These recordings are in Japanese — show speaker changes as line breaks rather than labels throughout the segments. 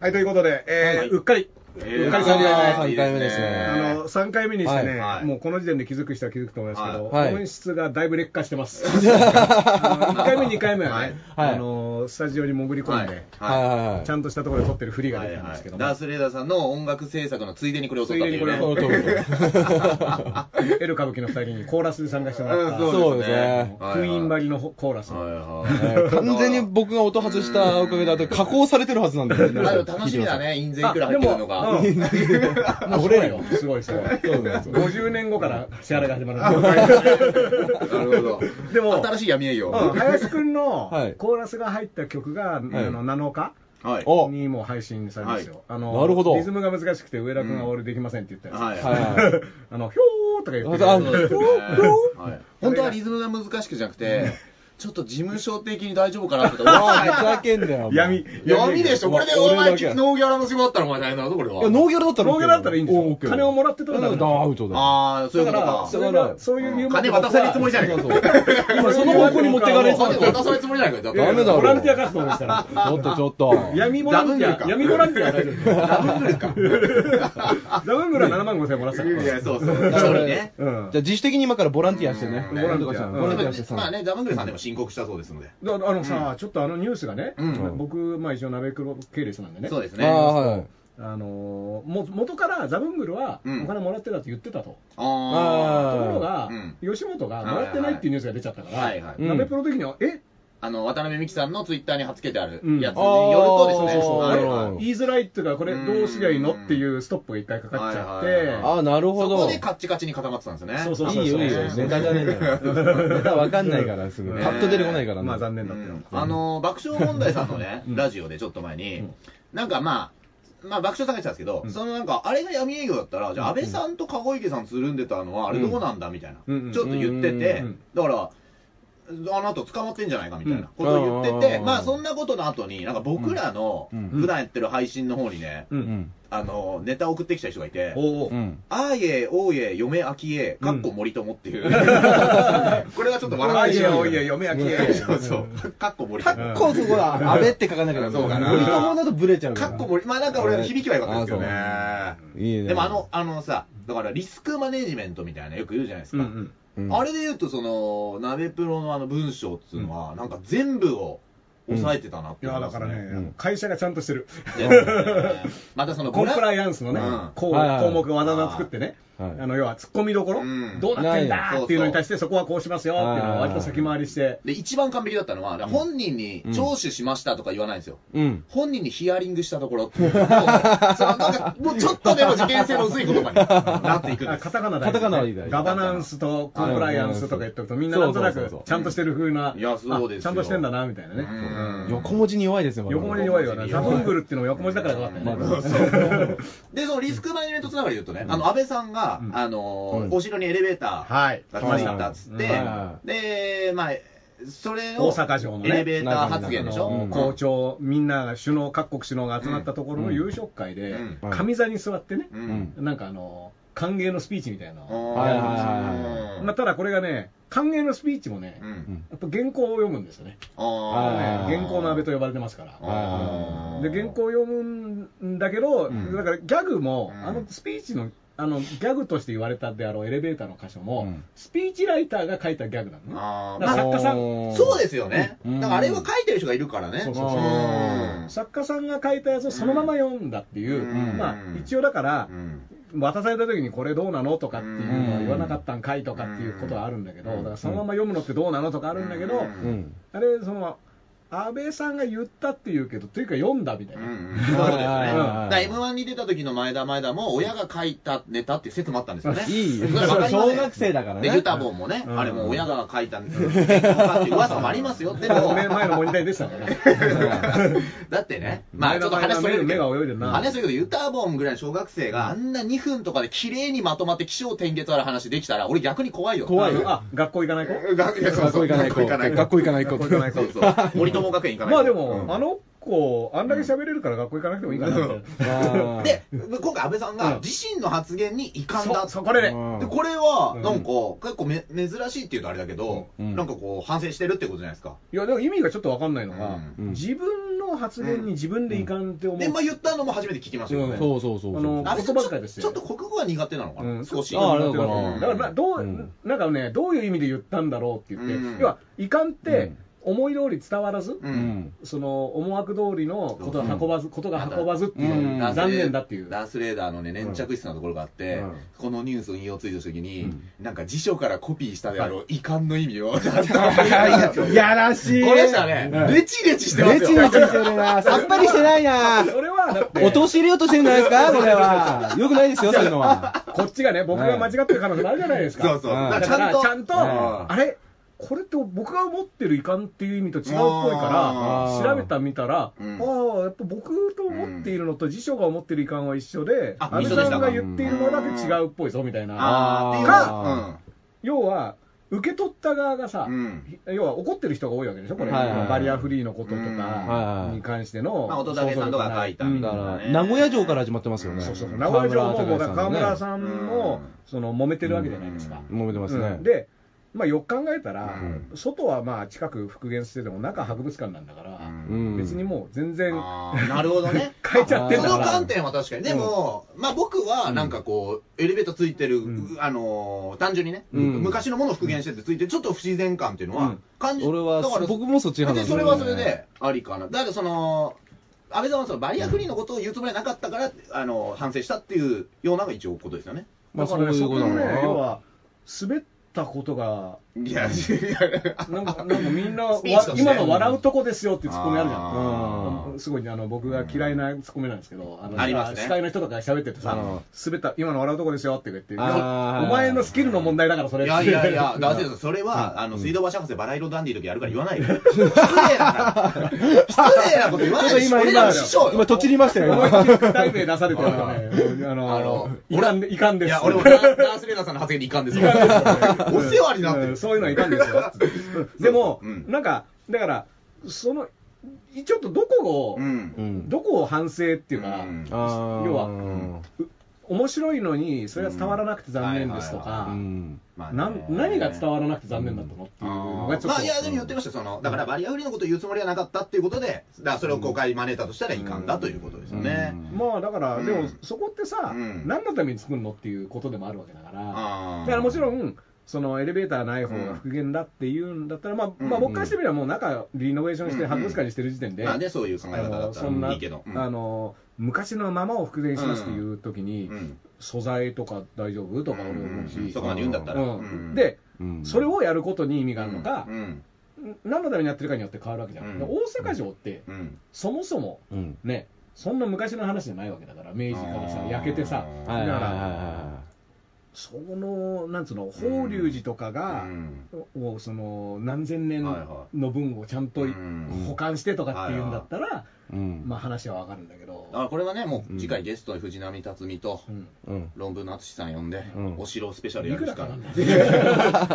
はい、ということで、えー
はいう
っかり、
え
うっかり
三
三回
目
いいですね
あの、3回目にしてね、
はい
もうこの時点で気づく人は気づくと思いますけど、
はい
音質がだいぶ劣化して ます。あの1回目、2回目はね、
はい
あの、スタジオに潜り込んで、
はい
はいはいはい。
ちゃんとしたところで撮ってるふりができたんですけども、
ダース・レーダーさんの音楽制作のついでにこれを撮ったっていうね。
ついでにこれを撮っ
そう
エル歌舞伎の2人にコーラスで参加してもらった、
うん
そうですね。
封印張りのコーラスの、
はい
え
は
ー
い。
完全に僕が音外したおかげで、あと加工されてるはずなんだよね。
あの楽しみだね、印税いくら入ってるの
あ
か。
でも もうすごいよ、すごいすごい。
そうなんですよ
50年後から支払いが 始まる。
なるほど。
でも
新しい闇営業。
うん、林くんの
はい
コーラスが入った曲が、あの7日
はい。
お
にもう配信されますよ、あの
なるほど
リズムが難しくて上田君は俺できませんって言ったやつ、
はい。
はいはいはい。
あのひょーとか言って
あ
る
そう
そうですねはい本当はリズムが難しくじゃなくて、ちょっと事務所的に大丈夫かなって思
わ
っ
あ、
て
ふざけんな よ。お前
闇
い
闇でしょ、これでお
俺
前、ノ
だけ
ーギャラの仕事だったらお前大変だぞ、これは。
や、ノーギャラだったら OK
ノーギャラだったらいいんです
お
よ
OK
金をもらってたらダメ
うんだアウトだよ。
ああ、そうい
だ
う
か
こと
ら
か。
それがそういう理由もあって
金渡せるつもりじゃねえ
そう
か。
そう。今その方向に持ってかれそう
金
だ
渡さないつもりじゃないか。
いやいや
ダメだろ
ボランティア活動ですから
ちょっとちょっと。
闇ボランテ
ダブ
ィ
ングルか
ア闇ボランティアは大丈夫
ダブルか。
ダブングルは7万5千円もらってたか
いや、
ら
そうそう。一人ね。
うん
じゃあ自主的に今からボランティアしてね。
うん
ボランティアして
うん
ボランティアしてさ。
まあね、ダブングルさんでも申告したそうですので。
だからあのさ、ちょっとあのニュースがね、
うん
僕、まあ、一応、鍋黒系列なんでね、
そうです
ああ、
ね。
はい。
あのーも元からザブングルは
うん
お金もらってたって言ってたと、
あ
ところが、
う
吉本がもらってないっていうニュースが出ちゃったから、
はいはいはい
うん
鍋プロ的には、え
あの、渡辺美樹さんのツイッターに貼っつけてある
うん
やつによるとです
あ
ね。
ーそうそうそう
はい
なるほど
はい
言いづらいっていうか、これどうすりゃいいのっていうストップが一回かかっちゃって、
はいはい
ああ、なるほ
そこ
ど。
でカッチカチに固まってたんですよね。
そうそう
いいよ、いいよ。ネタじゃねえんだよ。ネタわかんないから、すぐ。
ね
パッと出てこないからね。
まあ残念だ
う
ったよ
ん、あの爆笑問題さんのね、ラジオでちょっと前に、なんかまあ、まあ、爆笑さんが言ってたんですけど、
うん
そのなんか、あれが闇営業だったら、じゃあ、安倍さんと籠池さんつるんでたのは、あれどうなんだみたいな、
うん
ちょっと言ってて、
うん
だから、あの後捕まってんじゃないかみたいなことを言ってて、
うん
まあ、そんなことの後に、なんか僕らの
うん
普段やってる配信の方にね、
う
うんん。
あのネタ送ってきた人がいて、
おう
うん。
あーえ、おーえ、嫁あきえ、かっこ森友っていう、これはちょっと
あ
笑
い
ってし
や
ま
お
う
いや、嫁明け、
そうそう、かっこ森
か
友。
っこそこだ。安倍って書かなきゃダメ
そうかな
森友だとブレちゃう
からっこ森、まあなんか俺、響きは良かったですけどね。
いいね。
でもあの、あのさ、だからリスクマネジメントみたいなのよく言うじゃないですか。
うん、
あれで言うと、その、鍋プロのあの文章っていうのは、なんか全部を抑えてたなっ
い
て思
や
いま
だ
す
か
ね
らね、
うん
会社がちゃんとしてる、
ですねまたその、
コンプラ
イ
イアンスのね、
うん
こう
はいはいはい
項目をわざわざ作ってね、
はい
あの要は突っ込みどころ、
うん
どうなってんだっていうのに対して、そこはこうしますよっていうのを割と先回りして。
で、一番完璧だったのは、本人に聴取しましたとか言わないんですよ。
うん。
本人にヒアリングしたところっていうのをそのなんか、もうちょっとでも事件性の薄い言葉になっていくん
あ
です。
カタカナだ
カタカナはいいだよ
ガバナンスとコンプライアンスとか言っておくと、みんななんとな
そうそう
く
そうそう
ちゃんとしてる風な、
いやそうですよ
あちゃんとしてんだな、みたいなね。
うん
横文字に弱いですよ、
横文字に弱いよな。
横文字に
ザ
弱い
ブングルっていうのも横文字だからよかったよね。
まあ
で、そのリスクマネジメントつながりで言うとね、あの、安倍さんが、あの
う、ん
お城にエレベーター
はい。
がついたっつって
はいは、
で、まあ、それを、
大阪城のね
エレベーター発
あ
言でしょ
の
うん
校長、みんなが首脳、各国首脳が集まったところの
うん
夕食会で
う、ん
上座に座ってね
う、
うんん。
なんかあの、歓迎のスピーチみたいなのを
はいはいはい
まあただこれがね、歓迎のスピーチもね
う、ん
やっぱ原稿を読むんですよね。
あ
は
ー
い
原稿の安倍と呼ばれてますから。
あー
で原稿を読むんだけど、
うん
だからギャグも、
うん
あのスピーチのあのギャグとして言われたであろうエレベーターの箇所も、
うん
スピーチライターが書いたギャグなのね。
あー
だから
ま
作家さん
あ
ん
そうですよね。
うん
だからあれは書いてる人がいるからね。
そうそう
そう
うん
作家さんが書いたやつをそのまま読んだっていう、
うん
まあ、一応だから
う、ん
渡された時にこれどうなのとかっていうのは言わなかったんかいとかっていうことはあるんだけど、
うん
だからそのまま読むのってどうなのとかあるんだけど、
うん
うん。
あれ、その、安倍さんが言ったっていうけど、というか読んだみたいな。
そういうことですね。
はいはいは
だ
い
から M1 に出た時の前田前田も親が書いたネタって説もあったんですよね。
いいよ
それわかりません
小学生だからね
で、ユタボンもね、
うん
あれも親が書いたネタって噂もありますよ。でも、
目前のモニターに出てたからね。
だってね、まあちょっと話それるけ
目が
ど
泳いでるな。
話するけど、ユタボンぐらいの小学生があんな2分とかで綺麗にまとまって気象転結ある話できたら、俺逆に怖いよ。
怖いよ
あ、学校行かない子
学
学校行かない子。学校行かない子。
ない子。そうそう森友学園行かな
ま
い子
あでも、
うん
あの子、あんだけ喋れるから学校行かなくてもいいかなって。
あー
で、今回安倍さん
う
が
ん
自身の発言に遺憾だ
そ
っ
そこでね、
うん
でこれは
うん
なんか結構め珍しいっていうとあれだけど、
うん
なんかこう反省してるってことじゃないですか、
いやでも意味がちょっとわかんないのが、
うん
自分の発言に自分でいかんって思う。
で、まあ、言ったのも初めて聞きましたよね。
うん
そうそうそうそう。
あの
あれちょ
言葉遣いです
ち
よ
ょっと国語が苦手なのかな、
うん
少し。
ああれ
だ
だ
か
から
ら、まあどう、
うん
なんかね、どういう意味で言ったんだろうって言って、
うん
要は、いかんって、思い通り伝わらず、
う
うん。
その思惑通りのことが運ばず、ことが運ばずっていう
うん
のは残念だっていう。
ダースレーダーのね、粘着質なところがあって、
うん
このニュースを引用ツイートしたときに、
うん
なんか辞書からコピーしたであろう遺憾の意 味を、ちゃんと
やらしい。
これしたね、
うん
レチレチしてますよ。
レチレチしてるな。さっぱりしてない な。
それはだって、
落とし入れようとしてるんじゃないですか、これは。よくないですよ、そういうのは。
こっちがね、僕が間違ってる可能性もあるじゃないですか。
そうそう。
うん
だ
だ
か
からら、ちゃんと、
うん
あれこれって僕が思ってる遺憾っていう意味と違うっぽいか
あ
ら、
ー
調べた見たら、
うん
ああ、やっぱ僕と思っているのと辞書が思ってる遺憾は一緒で、
あ
安倍
一緒で
さ
し
ん
た
が言っているものだけ違うっぽいぞみたいな。
あ
要は、受け取った側が
ー
さ
っていう、うん。うん。
要は怒ってる人が多いわけでしょ、これ、
はいはいはい
バリアフリーのことと
うん
かに関しての、
まあ、音種さんとかが書いたみた
だ
い
か
な、
ら、
ね。
名古屋城から始まってますよね。
そうそうそう名古屋城ももうだから川村
ん。
さん
う
も
ん
その揉めてるわけじゃないですか。
揉めてます
う
ね
ん。で、まあ、よく考えたら、
う
外はまあ近く復元してても、中博物館なんだから、
うん
別にもう全然 。
あーなるほどね
変えちゃってんだ
そ
か
の
ら
観点は確かに。でも、まあ僕はなんかこう、エレベーターついてる、
うん
あのー単純にね、
うん
昔のものを復元しててついてる、ちょっと不自然感っていうの
う
は
ん
感じ、
俺は
だから、、
僕もそっち
別
派
に
なん
そ
よ
れはそれ
ね
でありかな。だからその、安倍さんはそのバリアフリーのことを言うつもりはなかったから、あのー反省したっていうようなのが一応ことですよね。
まあ、
だか
そう
らね
いう
そ
こ
ことの
なの
ね
かな、
要は、滑ったことが、
いや、いや、
なんかなんかみんなわ
スピーチとして
今の笑うとこですよっていうツッコミあるじゃん。
あー
すごいあの僕が嫌いなツッコミなんですけど、あの
ありますね
司会の人とかが喋ってて
あ
さ
の、
滑った、今の笑うとこですよって言って、い
あー
やお前のスキルの問題だから、それ
いやいやい
う
や、
ん
だ ってそれは、あの、水道橋博士バラ色ダンディの時やるから言わない よ。失礼だから。失礼なこと言わないでしょ。俺らの師匠よ
今、とちりましたよ、
思い
今
っきり具体名出されてるからね、あ
あの
の、いかんで、いかんです。
いや、俺も ダンダンスレーダーさんの発言にいかんですよ。お世話になって
うん
る。
そういうのはいかんですよ。でも
う、ん
なんか、だから、その、いちょっとどこを
う、ん。
うん
どこを反省っていうか、
うん
あー
要は
うん
面白いのに、それが伝わらなくて残念ですと
う
か
う、ん
まあね
なん何が伝わらなくて残念だったのっていうのがちょっと。
まあ、いや、でも言ってました、その、だからバリアフリーのこと言うつもりはなかったっていうことで、だからそれを公開招いたとしたらいかんだということですよね。
まあだから、
うん
でもそこってさ、
うん
何のために作るのっていうことでもあるわけだから、
あー
だからもちろん、そのエレベーターない方が復元だっていうんだったら、まあ、まあ、僕からしてみれば、もう中、リノベーションして、
うん
博物館にしてる時点で、
まあね、そういう考え
あ
方だ
の
った
そん
ら
ない
いけど。うん
あの昔のままを復元しますっていう時に、
うん
素材とか大丈夫とか俺思うし、
うんそこまで言うんだったら。
うん
うん、
で、
うん
それをやることに意味があるのか
う、ん。
何のためにやってるかによって変わるわけじゃん、
うん
で大阪城って、
うん。
そもそも
うん
ね、そんな昔の話じゃないわけだから、明治からさ
あ、ー
焼けてさ、
はいはいはいは
その、なんつうの、法隆寺とかが、をその何千年
はいは
の分をちゃんと
うん
保管してとかっていうんだったら、
いうん
まあ話はわかるんだけど、
あこれはね、もう次回ゲストに藤波辰巳と、
うん
うん
論文の淳さん呼んで、
うん
お城スペシャル
い
や
く
る
ら
し
か
か
な
なんい。
だよ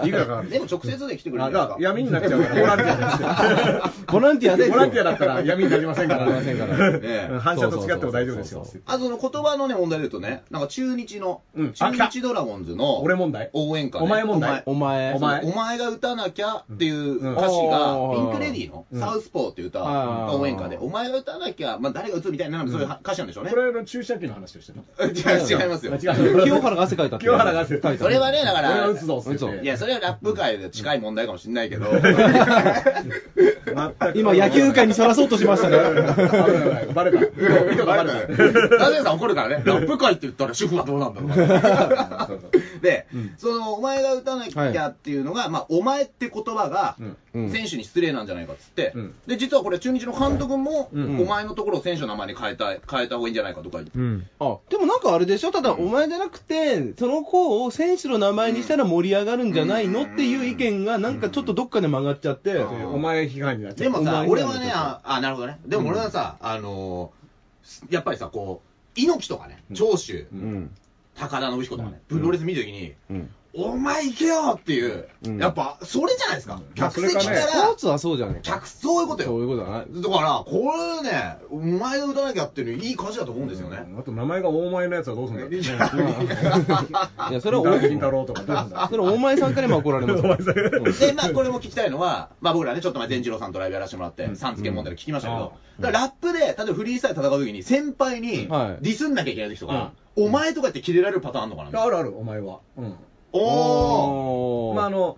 いくらかなんだ
で
よ
も直接で来てくれ
あ
るん
だ
で
か
すから
闇になっちゃうから、ボランティアだし
ボランティアで
ボランティアだったら闇になりませんか、
なりませんからら
ねえ
うん反射と違っても大丈夫です
そう
よ
そう。そう
あとその言葉のね問題で言うとね、なんか中日の、
うん
中
あ来
日ドラゴンズの
俺問題
応援歌、ね、
お前問題
お前
お前
お前が歌なきゃっていう歌詞が、
うん
ピンク・レディーの、
うん
サウスポーっていう歌、
あー
応援歌で、お前が歌なきゃ、まあ、誰が歌うみたいな、そういう歌詞なんでしょうね
こ。れの注射器の話をしてた。
違う違いますよ。
あ違う
清原が汗かいたって
清原が汗かいた
それはね、だか
俺
ら、
は打つぞっつって
打
いや、それはラップ界で近い問題かもしれないけど、
全く
今野球界にさらそうとしましたね
危ない危ないバレた。見た
バ
バ
レた
レ
よ。
た。
ダゼさん怒るからね。ラップ界って言ったら主婦はどうなんだろうなで、その、お前が打たなきゃっていうのが、まあ、お前って言葉が、
うん
選手に失礼なんじゃないかっつって、
うん
で、実はこれ、中日の監督も、
うん
お前のところを選手の名前に変えた、変えた方がいいんじゃないかとか、
うん。
あでもなんかあれでしょただお前じゃなくてその子を選手の名前にしたら盛り上がるんじゃないのっていう意見がなんかちょっとどっかで曲がっちゃって
ん
お前批判になっちゃ
で
う。
も
お
さ
前、
俺はね、あ、あなるほどね。でも俺はさ、あのーやっぱりさ、こう、猪木とかね、長州、
うん
高田信彦とかね、プロレス見るときに、
うん
お前行けよっていう、
うん
やっぱ、それじゃないですか。客席か
そ
ら
れ、
スポーツはそうじゃねえか。
客、そういうこと
そう
よ。
いうことだな。
だから、これね、お前が歌わなきゃっていうのいい歌詞だと思うんですよね。
あと名前が大前のやつはどうすんだ
いや
いや、そ
それ
れ
は
はお、
大金太郎とかどうすんだ
それは大前さんから今怒られますか ら。
で、まあ、これも聞きたいのは、まあ、僕らね、ちょっと前、善次郎さんとライブやらせてもらって、さんつけ問題で聞きましたけど、だからラップで、例えばフリースタイル戦う時に、先輩にデ
はい
ィスんなきゃいけない時とか、お前とかってキレられるパターンあるのかな
あるあるお前はうん
おー。
おー
まああの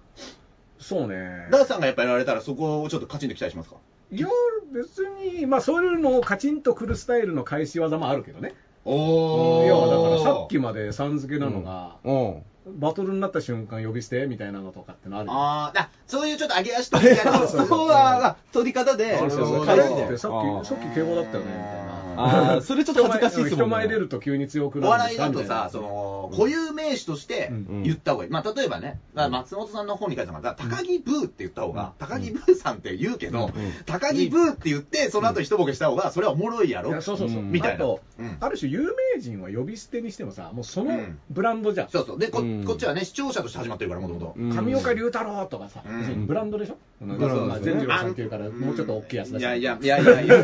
そうね
ダースさんがやっぱやられたら、そこをちょっとカチンと期待しますか
いや別にまあそういうのをカチンとくるスタイルの返し技もあるけどね
お
いやだからさっき
も。
までさん付けなのが、
うん。
バトルになった瞬間呼び捨てみたいなのとかってのあるよ
あーだそういうちょっと上げ足とかやる
そこは、あ取り方で、
そうそうそう
返し
だっ
で
てさ
あ
っ
ー
きさっき敬語だったよねみたいな
あーそれちょっと恥ずかしいで
人
すもんね。
前出ると急に強くな
お
る
笑いだとさ、
みた
そ
いな
の、固有名詞として言った方がいい。まあ、例えばね、まあ松本さんの方に書いてたのが、高木ブーって言った方が、高木ブーさんって言うけど、高木ブーって言って、その後一ボケした方が、それはおもろいやろ。
いやそうそうそう、
うん
みたいな
あと、
うん
ある種有名人は呼び捨てにしてもさもうそうの
ん
ブランドじゃん、
そうそう。で、こ
うん
こっちはね、視聴者として始まってるから、もともと。
うん
上岡龍太郎とかさ、
うん
ブランドでしょ、
ん
だからまあ
ブラ
全
ン
次郎さんっていうから、もうちょっと大きいやつだし、
いやいや、いやいやいや。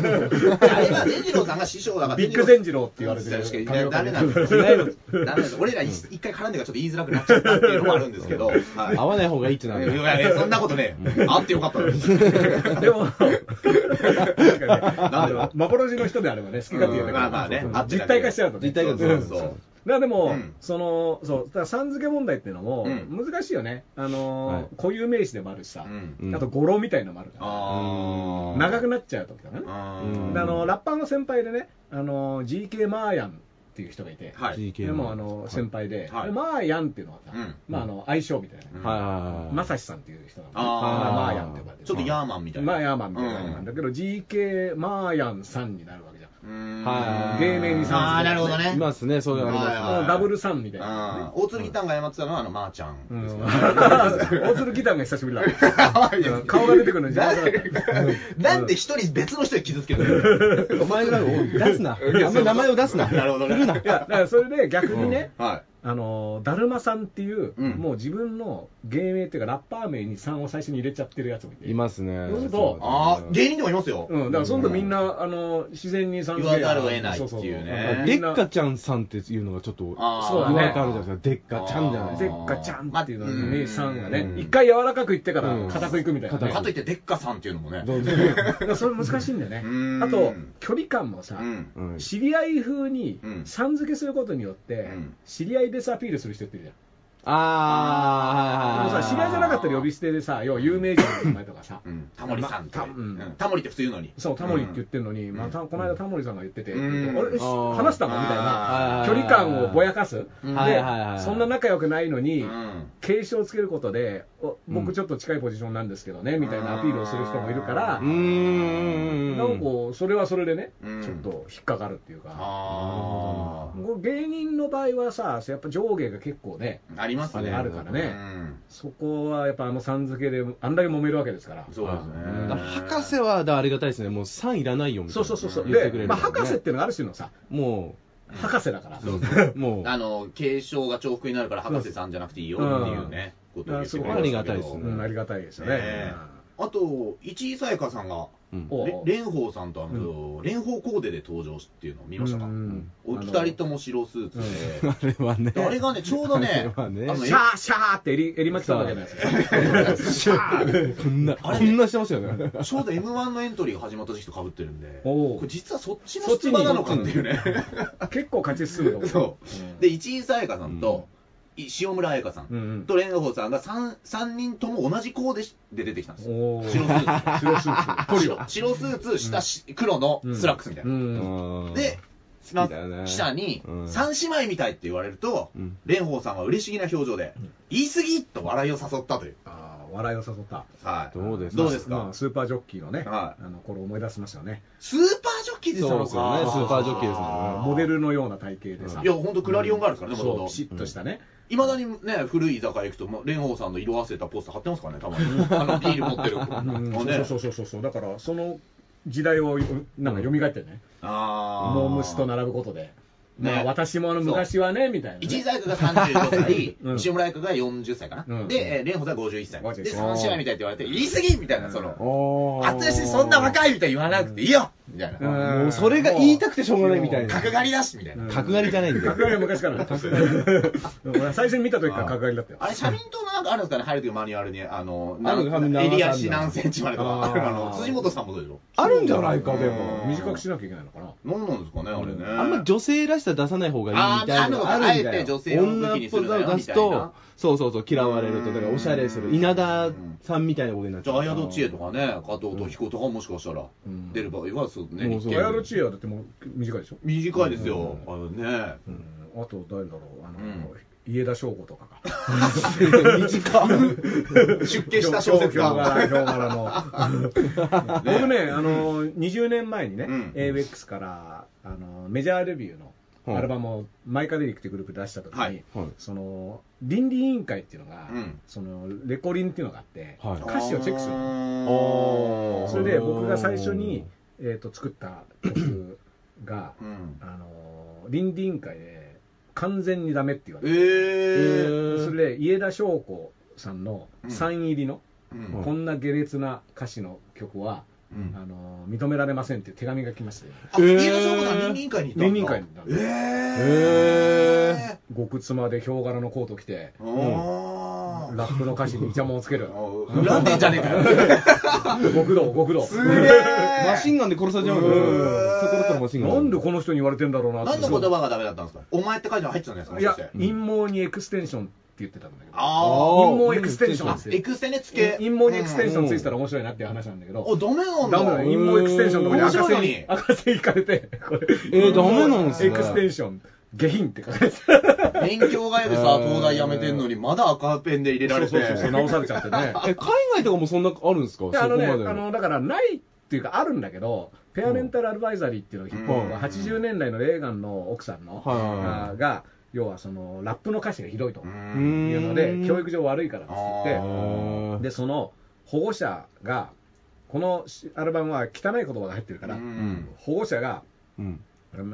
あれは善次郎さんが師匠だから。
ビッグ全次郎って言われてる
確か
上
に、
岡
ダ
龍
メ
太
なん
郎
ですよ。ダメなんですよ俺ら一一回絡んでからちょっと言いづらくなっちゃったっていうのもあるんですけど。 はい
合わない方がいいってないる。
やいや、そんなことねえ、あってよかったのに。
でも、なんか
なんで
ね、幻の人であればね、好き勝手言う
うんん
だ
まあまあねあって
実体化しちゃうとね。
実体
だ
化
か
そうそう。
らでも、
うん
その、そう、だからさん付け問題っていうのも、
うん
難しいよね。あのー、
はい
固有名詞でもあるしさ、
うん
うん
あと語呂みたいのもあるから、
ああ。
長
く
くなっちゃうとかね。
あ
うん
であの、ラッパーの先輩でね、あのー、GK マーヤンっていう人がいて、
はい。
でも、あの、先輩で、
はい
マーヤンっていうのはさ、
うん
まあ、あの、相性みたいなね。
はいはいはい。
まさしさんっていう人なんで、
あー
まあマーヤンって呼ばれてる
ちょっとヤーマンみたいな。
まあヤーマンみたいな感じ
う
なん
ん
だけど、GK マーヤンさんになるわけじゃん。
は
はい
芸名にさん付け
ああ、なるほどね。
いますね、そういうのありますね
はい
ダブルさんみたい
あ
な
あ、。大鶴ギターが謝ってたのは、あの、まーちゃん。
うん。 大鶴ギターが久しぶりだった。うん顔が出てくるの時間がかかった。
なんで一人別の人に傷つけてる
お前の出すな。 あんまり名前を出すな。
なるほどね
振るな。
いや、だからそれで逆にね、
のはい。
あの、だるまさんっていう、
うん
もう自分の芸名っていうか、ラッパー名にさんを最初に入れちゃってるやつもいて。
いますね。
そうすると
ああ、芸人でもいますよ。
うん、だからその時みんな、あの、自然にさん付け
言わざるを得ないっていう
そ
ね
そそ
ね
で
み
っ
んな
かちゃんさんっていうのがちょっと、違
あー
そうだ
和
ね
感あるじゃないですか。でっかちゃんじゃない
あー
です
で
か。
っかちゃんっていうのは
ま
ね、さんがね
う、ん
一回柔らかく言ってか
う
ら
ん
硬く行くみたいなね。
かといって、デッカさんっていうのもね。
どうぞ
だから それ難しいんだよね
うん。
あと、距離感もさ
う、ん。
うん
知り合い風に
うん
さん付けすることによって
うん、
知り合いでさアピールする人っているじゃん。で
あー、はいはい
も
はい。
さ、知り合いじゃなかったら呼び捨てでさ、要は有名人の名前とかさ
う、んタモリさんって。うんタモリって普通言うのに。
そう、タモリって言ってるのに、まあ、たこの間タモリさんが言ってて、あれ
うん
し話したのみたいな
あー、
距離感をぼやかす。
うん
はい
で
はいはい、
そんな仲良くないの
う
に、
ん。
警鐘をつけることで、お僕ちょっと近いポジションなんですけどね、みたいなアピールをする人もいるから
う、ーん。
なんかそれはそれでね、
うん
ちょっと引っかかるっていうか、
あ
こう芸人の場合はさ、やっぱ上下が結構ね、
あ。あります
あ
ね。
れあるからね、
うん
そこはやっぱあのさん付けで、あんだけ揉めるわけですから、
そうですね
だから。博士は、だからありがたいですね。もう3いらないよみたい
そう
な。
そうそうそう、
言って
で
くれる、
まあ、
からね
博士っていうのがある種のさ、
も
博士だから、
そう
う、もう、
あの、継承が重複になるから、博士さんじゃなくていいよっていうね、ことを言って
う
くれ
ん
ました
ありがたいです
け
ね
ど
うんありがたいですよ
ね
ね。
あと、市井さやかさんが、
うん
お
れ蓮舫さんとあの、蓮舫コーデで登場しっていうのを見ましたか
うん
お二人とも白スーツで。
あれはね。
であれがね、ちょうどね、
あれはね
あ
シ
の
ャーシャーって襟襟巻きさんだけのやつ。
こんな、こんなしてましたよね。
ちょうど M1 のエントリーが始まった時期と被ってるんで、
おう
これ実はそっちの出馬なのかっていうね。
結構勝ち進むと思
そう。で、市井さやかさんと、い塩村彩香さん
うんうん
と蓮舫さんが 3, 三人とも同じコーデしで出てきたんですよ。
おー
白
白ス
スーツ。
ーツ、トリオ
白。白スーツ、下し、黒のスラックスみたいうな。
ん
で、
好きだね
下に
うん
三姉妹みたいって言われると
うん、
蓮舫さんは嬉しげな表情で、言い過ぎと笑いを誘ったという。
あー笑いを誘った。
はい。
どうですか
どうです
ま
か
あ、スーパージョッキーのね、
はい
あの頃思い出しましたよね、
スーパージョッキーでしたのか。
そうですよねスーパージョッキーですもんね
モデルのような体型でさ、
いや、ほんとクラリオンガールですからね、もと
そう
も
ピシッとしたね、
いまだにね、古い居酒屋行くと、もう蓮舫さんの色あせたポスター貼ってますからね、た まに。あの、ビール持ってる。
うん
もうね
そうそうそうそうそう、だからその時代をなんか蘇ってね、
あー
モームスと並ぶことで、まあ、私もあの昔はね、みたいなね、
一位財が35歳、
うん
西村役が40歳かな。
うん
で、えー蓮舫さん51歳。
51
で、3姉妹みたいって言われて、言い過ぎみたいな、その、
おー
私そんな若いみたいに言わなくていいよみたいな。
ん
もうそれが言いたくてしょうがないみたいな。
角刈りだし、みたいな。
うん
角刈りじゃないんだよ
角。刈りは昔 からね。うん俺は最初に見た時から角刈りだったよ。
あれ、社民党のなんかあるんですかね、入るときマニュアルに、あの、
ある
な
ある
襟足何センチまでとか、
あ
あ
ー
の、辻元さんもそうでしょ
あるんじゃないか、
うん
でも。
短くしなきゃいけないのかな。
何なんですかね、あれね。
あんま女性らしさ出さない方がいいみたいなのが
あーあ
あるんだ
のあえ
よ。
て女性を武器にするなよ
女っぽさを出す
みたいな
と、そうそうそう、嫌われると、だからおしゃれする。稲田さんみたいなことになっち
じ
ゃ
ゃ
う。
あ、綾戸知恵とかね、加藤登彦とかもしかしたら、
ん
出る場合は、そうね、
もう
立
そう
エ
憲
アロチエはだってもう短いでしょ。
短いですよ、あのね。
うんあと誰だろう、あの、
うん
家田翔吾とかか。
短っ。
出家した小説
京
家。
柄京柄の僕ねあの20年前にね、
うん
AWEX からあのメジャーデビューのアルバムをマイカデリックってグループで出した時に、
はい
はい
その倫理委員会っていうのが、
うん
そのレコリンっていうのがあって、
はい
歌詞をチェックするの
あー
それで僕が最初に、えー、と作った曲が、
うん
あの倫理委員会で完全にダメって言わ
え
れて、
ー。
それで家田翔子さんのサイン入りの、
うん
こんな下劣な歌詞の曲は、
うん
あの認められませんっていう手紙が来まして、
あ、
えー
飯田翔子さん、倫理委員会にいたんだ。
倫理委員会にいたんだ
えー。え
極妻でヒョウ柄のコート着て、
ー。おー。
ラップの歌詞にイチャモンをつける、
恨んでんじゃねえかよ。
極道、極道、
すげえ。
マシンガンで殺されちゃうから、
う
そ
ん
こだったらマシンガン。
なんでこの人に言われてんだろうなって
なんで言葉がダメだったんですかお前って書いて入ってたんですか
いや
もしかして、
陰謀にエクステンションって言ってたんだけど、
あ
陰謀エクステンション
あ
で。す
エ
よ
クステネつけ。
陰謀にエクステン
シ
ションついてたら面白いなっていう話なんだけ
ョン。お、
ど、
ダメなんだ。
ダメだね、陰謀エクステンションのとこに赤
面白
線
いのに
に赤線引かれて、これ、
えーダメなんすね
エクステンション、下品って書かれて
勉強がやでさ、東大やめてんのに、まだ赤ペンで入れられて。
そうそうそう、直されちゃって ね。
え、海外とかもそんなあるんですかそこ
であ
ま
の
で
ね、あ
の。
のだからないっていうか、あるんだけど、ペアレンタルアドバイザリーっていうのが、ヒップホップが
うん
80年代のレーガンの奥さんの、
はいはいはい
あーが、要はそのラップの歌詞がひどいとい
うん
うので、教育上悪いからって
あ
言っ
あ
て、でその保護者が、このしアルバムは汚い言葉が入ってるから、
うん
保護者が、
うん。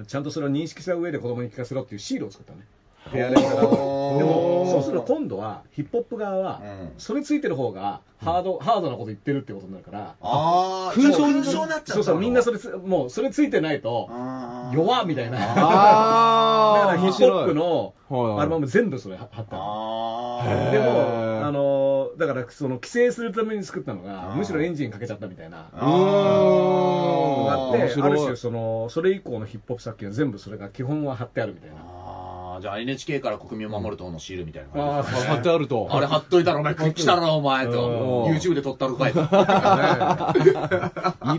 ちゃんとそれを認識した上で子供に聞かせろっていうシールを作ったのね。ペアレンタルアドバイザリー
おー
でも、そうすると今度は、ヒップホップ側は、
うん
それついてる方がハード、ハードなこと言ってるってことになるから、
あー、
勲章
勲章になっちゃった
そう
の
そう、みんなそれつ、もうそれついてないと、
あー
弱っみたいな。だか
あ
ら
ー、
ヒップホ
面白
ッ
い。
プの
はいはい
アルバム全部それ貼ったの。
あー。
で
へ
も、
ー
あのーだから、その規制するために作ったのが、
ー
むしろエンジンかけちゃったみたいな。
うーん。
あっ
面
て、
白
あ
い
る種その、それ以降のヒップホップ作品は全部それが基本は貼ってあるみたい な。
あーじゃあ NHK から国民を守る党のシールみたいな
あー
感じ
そう
ですね
貼ってあると。
あれ貼っといたらお前食ったろお前と
うん
YouTube で撮ったろかいと
いる
な
な。
かなかあ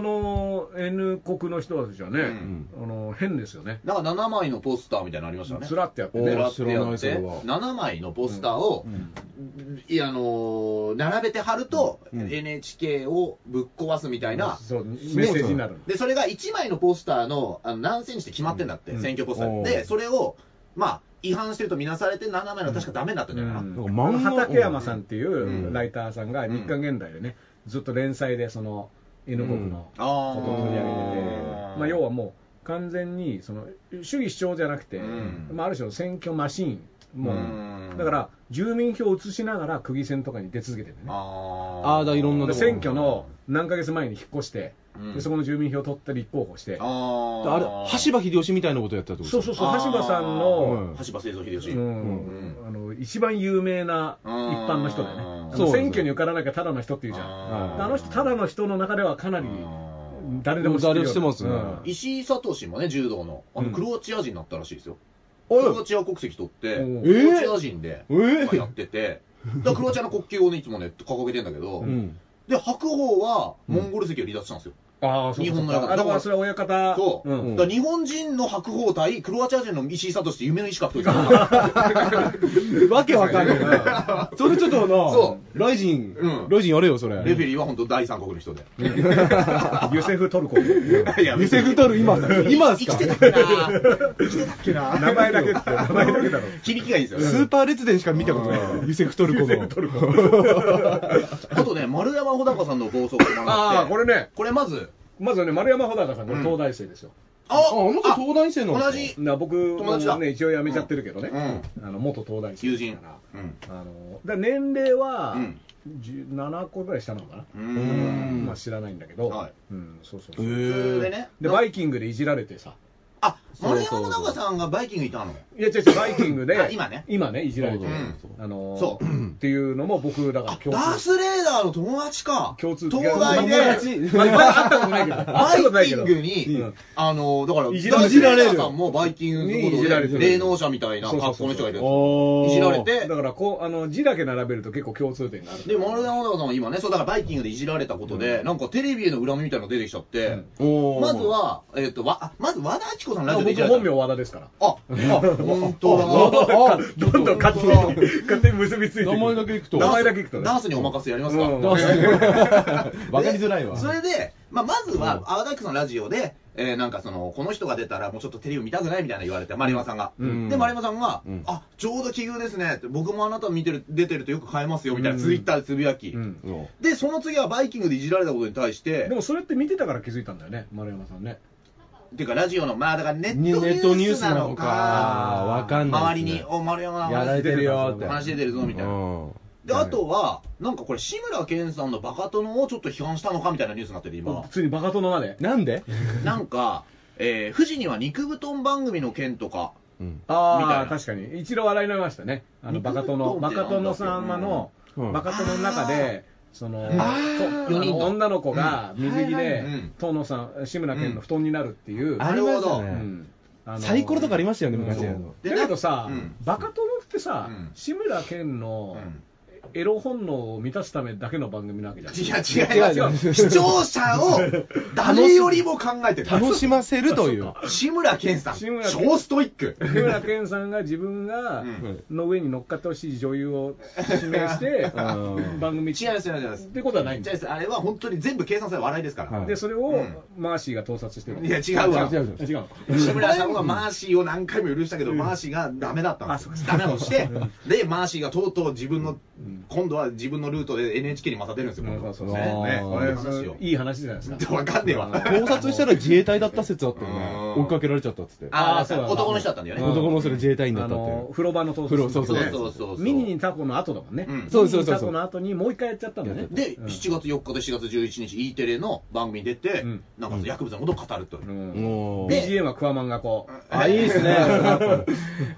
の N 国の人たちはね、
うん
あの変ですよね、
なんか7枚のポスターみたいなのありましたよね
ずらってやって
お
ね、
ー
狙ってやって
知らないそれは
7枚のポスターを、いやあのー並べて貼ると、
うん
NHK をぶっ壊すみたいな、
そうメッセージになるの
でそれが1枚のポスターのあの何センチって決まってんだって、
うん
選挙ポスター
おー
で、それを、まあ、違反してると見なされて、7枚の確かダメになったんじゃないかな。
うん
なんか漫画
畠山さんっていうんうライターさんが日刊現代でね、ずっと連載でその N 国の
あ
こと
ー
を取り上げてて、まあ、要はもう完全にその主義主張じゃなくて、
うん
まあ、ある種の選挙マシーンもう、
うん
だから住民票を移しながら区議選とかに出続けてるね
あ
あーだからいろんな
で
とこ
選挙の何ヶ月前に引っ越して、
うん
でそこの住民票を取って立候補して、
あー
あれ、橋場秀吉みたいなことやったってこと
そうそうそう、
あー
橋場さんの、
橋場製造秀
う
吉、
ん
う
あの一番有名な一般の人だよね
うん、
あ
そ
の
うですね
選挙に受からなきゃただの人っていうじゃん、
あー
あの人、ただの人の中ではかなり
うん
誰でも知ってるよね
誰でも知ってますね
うん
石井聡もね、柔道の、あの
うん
クロアチア人になったらしいですよ。
あ
クロアチア国籍取って、
うん
クロアチア人で、
えー
まあやってて、だからクロアチアの国旗をね、いつもね、掲げてんだけど、
うん。
で、白鵬はモンゴル籍を離脱したんですよ。
ああ、そう
日
かそう
本のやつ
か、あだからそれは親方、
そう
うん
ん
だから日本人の白鵬対クロアチア人の石井聡って夢の石格闘技。
わけわかんないな。 それちょっとな、
そ
ライジン、
うん
ライジンやれよ、それ。
レフェリーは本当第三国の人で。
ユセフトルコ、
いや
ユセフトル、今、今です
生
か
きてたっけな生きてたっけな
名前だけって、名前だけだろ、
響きがいいですよ。
スーパー列伝しか見たことない。ユセフトルコの。
あとね、丸山穂高さんの暴走がもらって。
ああ、これね、
これまず、
まずね、丸山穂高さん、これ、東大生ですよ、
ああの人東大生の
同じ
な僕
友達だ
もね一応辞めちゃってるけどね、
う
あの元東大生
友人
だか。
うん
らあのだから年齢は
うん
17個ぐらい下なのかな、
う
うん
ん
まあ知らないんだけど、
はい
うん、そうそうそう、
へ
それで
え。
ね
でバイキングでいじられてさ
あ
そう
丸
そう
山の中さんがバイキングいたの
いや違う違うバイキング
あ
で
今ね
今ねいじられてる、
そう
あのー
そう
っていうのも僕だから
あ
共
ダー
通
スレーダーの友達か
共通
東
あ
大
い
友
や
で
達。
まあまだ会ったことないけど
バ
会ったことな
イ
い
キ
け
ン
ど
グに、
うん
あのだから
いじ
ら
ダ
れる
ースレーダーさんもバイキング
いじられて
で
る
霊能者みたいな格好の人がいる
お
いじられ
て。
て
だからこうあの字だけ並べると結構共通点がある
で丸山の中さんは今ねそうだからバイキングでいじられたことで、なんかテレビへの恨みみたいなの出てきちゃって、
おー
まず、は、えっとわあまず和田アキ子さんラジオでいじ
僕
られた
本名和田ですから
あ、あ、本当だ。
あ
どんどん勝手に
本当だ
勝手に結びついてくる
名前だけいくと。
名前だけいくとね
ダンスにお任せやりますか。
うん
ダンス
で
わかりづらいわ。
それで、まあ、まずは、アワダックスのラジオで、えーなんかその、この人が出たらもうちょっとテレビ見たくないみたいな言われて、丸山さんが。
うん
で、丸山さんが、
うん
あ、ちょうど奇遇ですねって、僕もあなた見てる、出てるとよく買えますよみたいなツイッターでつぶやき。
うん
うん
で、その次はバイキングでいじられたことに対して
で、もそれって見てたから気づいたんだよね丸山さんね
っていうかラジオの、まあだからネ
にネッ
ッ
ト
トニ
ニュ
ュ
ー
ー
ス
ス
な
な
の
の
か
か、
わかんない
周り
ですね
に、お、丸山
やられてるよーって。
話出てるぞみたいな。
うん
で、あとは、なんかこれ、志村けんさんのバカ殿をちょっと批判したのかみたいなニュースになってて、今
普。通にバカ殿まで
なんで
なんか、えー、富士には肉布団番組の件とか、
うん。
みたい
ああ
な
確かに一度笑いになりましたねあのバカ殿
肉
バ
うどんって
カ殿様の
うん
バカ殿の中でその
あ
ー
と
四人の
女の子が水着
はいはい
で
うん
遠野さん志村けんの布団になるっていう
ありました
う
ね
んあの
サイコロとかありましたよね、
うん
昔。
そう
あの
で
だけどさ、
うん
バカ殿ってさ、
うん
志村けんのエロ本能を満たすためだけの番組なわけじゃん。
いや、違いますよ。 視聴者を誰よりも考えてる。
楽しませるという。
志村けんさん、
志村けん
超ストイック。
志村けんさんが自分が
うん
の上に乗っかってほしい女優を指名して
うん
番組
違います、違います、違いま
っ
す。
てことはないん
違い
だ
ますあれは本当に全部計算され笑いですから。
はい
でそれ
う
を
ん
マーシーが盗撮してる
いや、違うわ。
違う違う
違うの
志村さんはマーシーを何回も許したけど、マーシーがダメだったんですよダメをして、で、マーシーがとうとう自分の、今度は自分のルートで NHK に勝てるんですよ、
そうそうそう
ねねこういう話よ。
いい話じゃないですか
わかんねえわ。
盗撮したら自衛隊だった説あったよね。
うん
追っかけられちゃったっつって。
あ
あー
あ、
そうだな
男の人だったんだよね。
うん
男のそれ自衛隊員だ
あ
ったっていう
の。風呂場の盗撮
風呂
そう
ね
そうそうそう。
ミニにタコの後だもんね
うん
そうそうそうそ
ミニにタコ
う
の後にもう一回やっちゃったんだね
で、
うん
7月4日と4月11日、E テレの番組に出て、
うん
なんか薬物のことを語るというう。
ん
おー
BGM はクワマンがこう
あ、いいですね。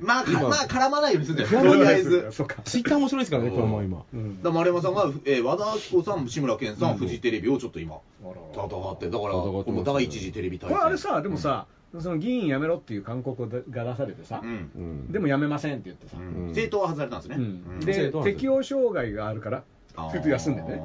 まあ、かまあ、絡まないようにするんだよ、
と
とり
り
あ
あ
え
え
ず
ず。そうか
ツイッター面白いですからね、これも今。
うん
だから丸山さんが、えー和田アキ子さん、志村けんさん、フジテレビをちょっと今、戦って、だから、
戦
こ
ってますね
の第一次テレビ大
これ
戦。
あれさ、でもさ、その議員辞めろっていう勧告が出されてさ
う、ん、
うん
でも辞めませんって言ってさ、
う
うん
うん
政党は外れたんですね。うんん
で、適応障害があるから、ちょっと休んでね、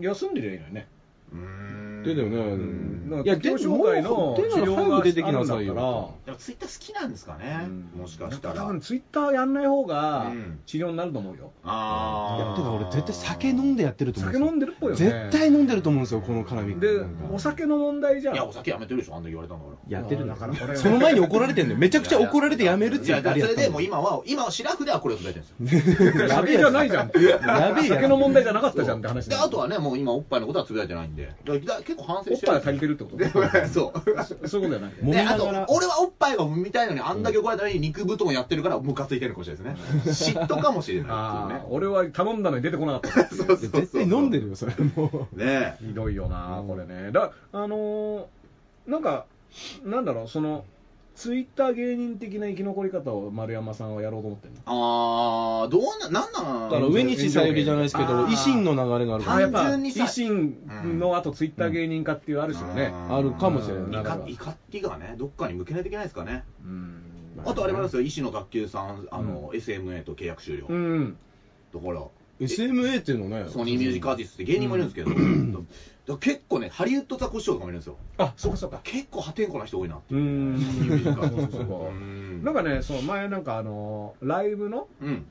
休んでりゃいいのよね、
うん
出てるね
うん
なん
いや
か適応障害の治
でも
療が
早く出てきなさいよ
あ
でもツイッター好きなんですかね、
るんだから、
もしかした
多
ら。
分ツイッターやんない方が
うん
治療になると思うよ、
いや
あ
てか俺絶対酒飲んでやってると思うん
酒
ですよ
飲んでるっぽいよね、
絶対飲んでると思うんですよ、この絡み。
で
なんか、
お酒の問題じゃん、
いや、お酒やめてるでしょ、あんな言われたんだから。
やってるんだ
だ
か
からこれ
ら。その前に怒られてんだよ。めちゃくちゃ怒られてやめるって
い
言
や、
っ
だか
た
ら
や
それ
った
でも
の
う今は、今はシラフではこれを伝えてるんですよ。
酒じゃないじゃん、
やべえやつ
酒の問題じゃなかったじゃんって話
で、あとはね、もう今、おっぱいのことはつぶやいてないんで、だから結構反省
おっ
して
ぱいが足りてるってこと
る。そう。
そういうことじゃない
揉み
で、あ
な
と
がら、
俺はおっぱいが産みたいのに、あんだけ怒られたのに肉布団やってるから、ムカついてるかもしれないですね。嫉妬かもしれない
あ
っ
あ、俺は頼んだのに出てこなかった。
ていうね。そうそうそう
絶対飲んでるよ、それもう。
ねえ。
ひどいよな、これね。だ、あのーなんか、なんだろう、その、ツイッター芸人的な生き残り方を丸山さんはやろうと思ってるの。
あー、どうな、なんなん
だから上西さゆりじゃないですけど、
あー
維新の流れがあるか
あ
ら。
やっ
単
ぱ、
純にさ
維新の後ツイッター芸人化っていうある種のね。
あるかもしれない
怒
なるほ
っ
ど
怒りがね、どっかに向けないといけないですかね。
うん。
あとあれもありますよ、医師の卓球さん、あの、SMA と契約終了。
うん。
だから、
SMA っていうのね。
ソニーミュージックアーティストって芸人もいるんですけど、だから結構ね、ハリウッドザコシショウとかもいるんですよ。
あ、そうかそうか。
結構破天荒な人多いなって
う
いう。
ん。
ソニーミュージックアーティスト
そうか
う
なんかね、そう、前なんかあのーライブの、
うん。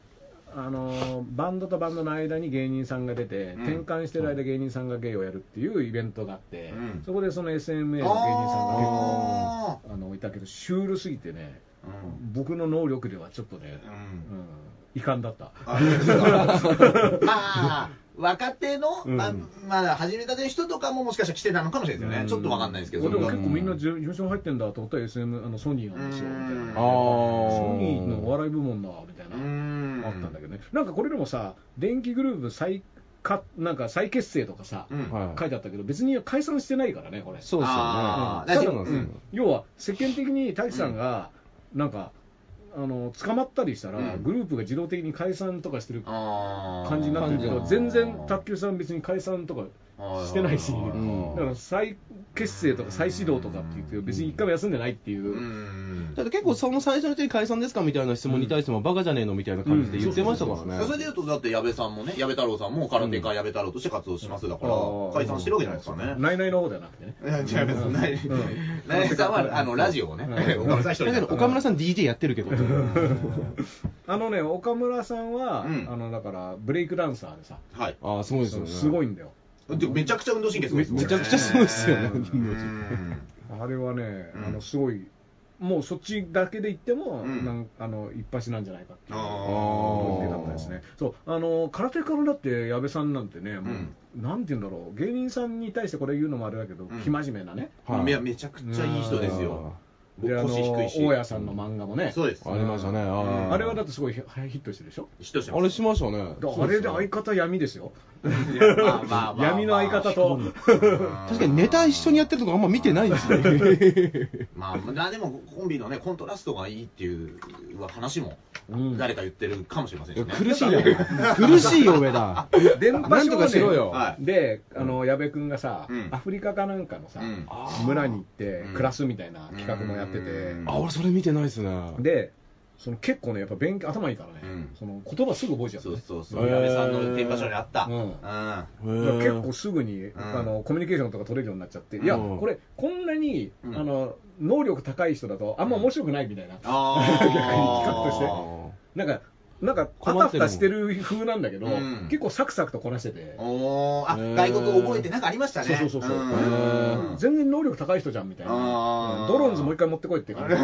あのーバンドとバンドの間に芸人さんが出て、
うん
転換してる間芸人さんが芸をやるっていうイベントがあって、
うん
そこでその SMA の芸人さんが結構
あ
あのいたけどシュールすぎてね
ーうん
僕の能力ではちょっとね、
う
うん
ん
遺憾だった
あそうですかまあ、 若手の、
うん
まあまだ始めたての人とかももしかしたら来てたのかもしれないですよね、
うん
ちょっとわかんないですけ
で
ど、
も
それは
結構みんな事務所入ってんだと思ったら SM あのソニーなんですよみたい
うん
な
あー
ソニーのお笑い部門だみたいな、
うん
あったんだけどねなんかこれでもさ電気グループ再かなんか再結成とかさ、
うん
はい
書いてあったけど別に解散してないからねこれ
そうですよね。
あー
うんそうなんですよ
うん
要は世間的に滝さんがなんか、あの捕まったりしたら、
うん
グループが自動的に解散とかしてる
あー
感じになってるけ
あ
ど
ー
全然卓球さん別に解散とかしてないし、
はは
うん
だから再結成とか再始動とかって言って別に一回も休んでないっていう、
うん
だって結構その最初の時解散ですかみたいな質問に対しても、バカじゃねえのみたいな感じで言ってましたからね。
それでいうと、だって矢部さんもね、矢部太郎さんも空手家矢部太郎として活動しますだから
あー、
解散してるわけじゃないですかね。
ナイナイの方ではなくてね
いや、違います。ない
うん。
ないさんは、あの、ラジオをね、岡 村さん一人
だけど岡村さん DJ やってるけど。
あのね岡村さんは、
うん
あのだからブレイクダンサーでさ
はい。
ああ、すごいですよね。
すごいんだよ
でめちゃくちゃ運動神経すごいですもんね
めちゃくちゃすごいですよね
うん
運動神
あれはね、
うん
あのすごい、もうそっちだけで言っても、
うん
なんあの一発なんじゃないかっていう
あー
思ってたんですね。そうあの空手家のだって矢部さんなんてね、もう、なんて言うんだろう、芸人さんに対してこれ言うのもあれだけど、
ん
生真面目なね。
うんめめちゃくちゃいい人ですよ。僕
であの
腰低いし。
大家さんの漫画もね、
そうです。
ありましたね。あー
あれはだってすごいヒヒットしてるでしょ。
一人
あれしましたね。
だあれで相方闇ですよ。
まあまあまあ
闇の相方と。
確かにネタ一緒にやってるとかあんま見てないですね。
まあ、まあでもコンビのね、コントラストがいいっていう話も
うん
誰か言ってるかもしれませんしね。
苦しいよ。苦しいよ、上田。
電波
なんとかしろよ
少年で、あの矢部君がさ
うん、
アフリカかなんかのさ
うん、
村に行って
うん
暮らすみたいな企画もやってて
う、ん
あ、俺それ見てないですね。
で、その結構ね、やっぱ勉強、頭いいからね
うん、
その言葉すぐ覚えちゃう
そ
の
う
ね
そうそう。矢部さんの天場所にあった。う
へ
だ
ー
から結構すぐに
ん
あのコミュニケーションとか取れるようになっちゃって、いや、
うん
これ、こんなにあ
うん
の能力高い人だと、あんま面白くないみたい な、
あー
企画として
あ。
なんか、なんか、あ
困
た
っ
ふ
てるも
た
ん
してる風なんだけど
うん、
結構サクサクとこなしてて
ん。。おーあ、
へー
外国覚えてなんかありましたね。
そうそうそうそうんへ
ー
全然能力高い人じゃんみたいな、
あー
うんドローンズもう一回持ってこいって感じ、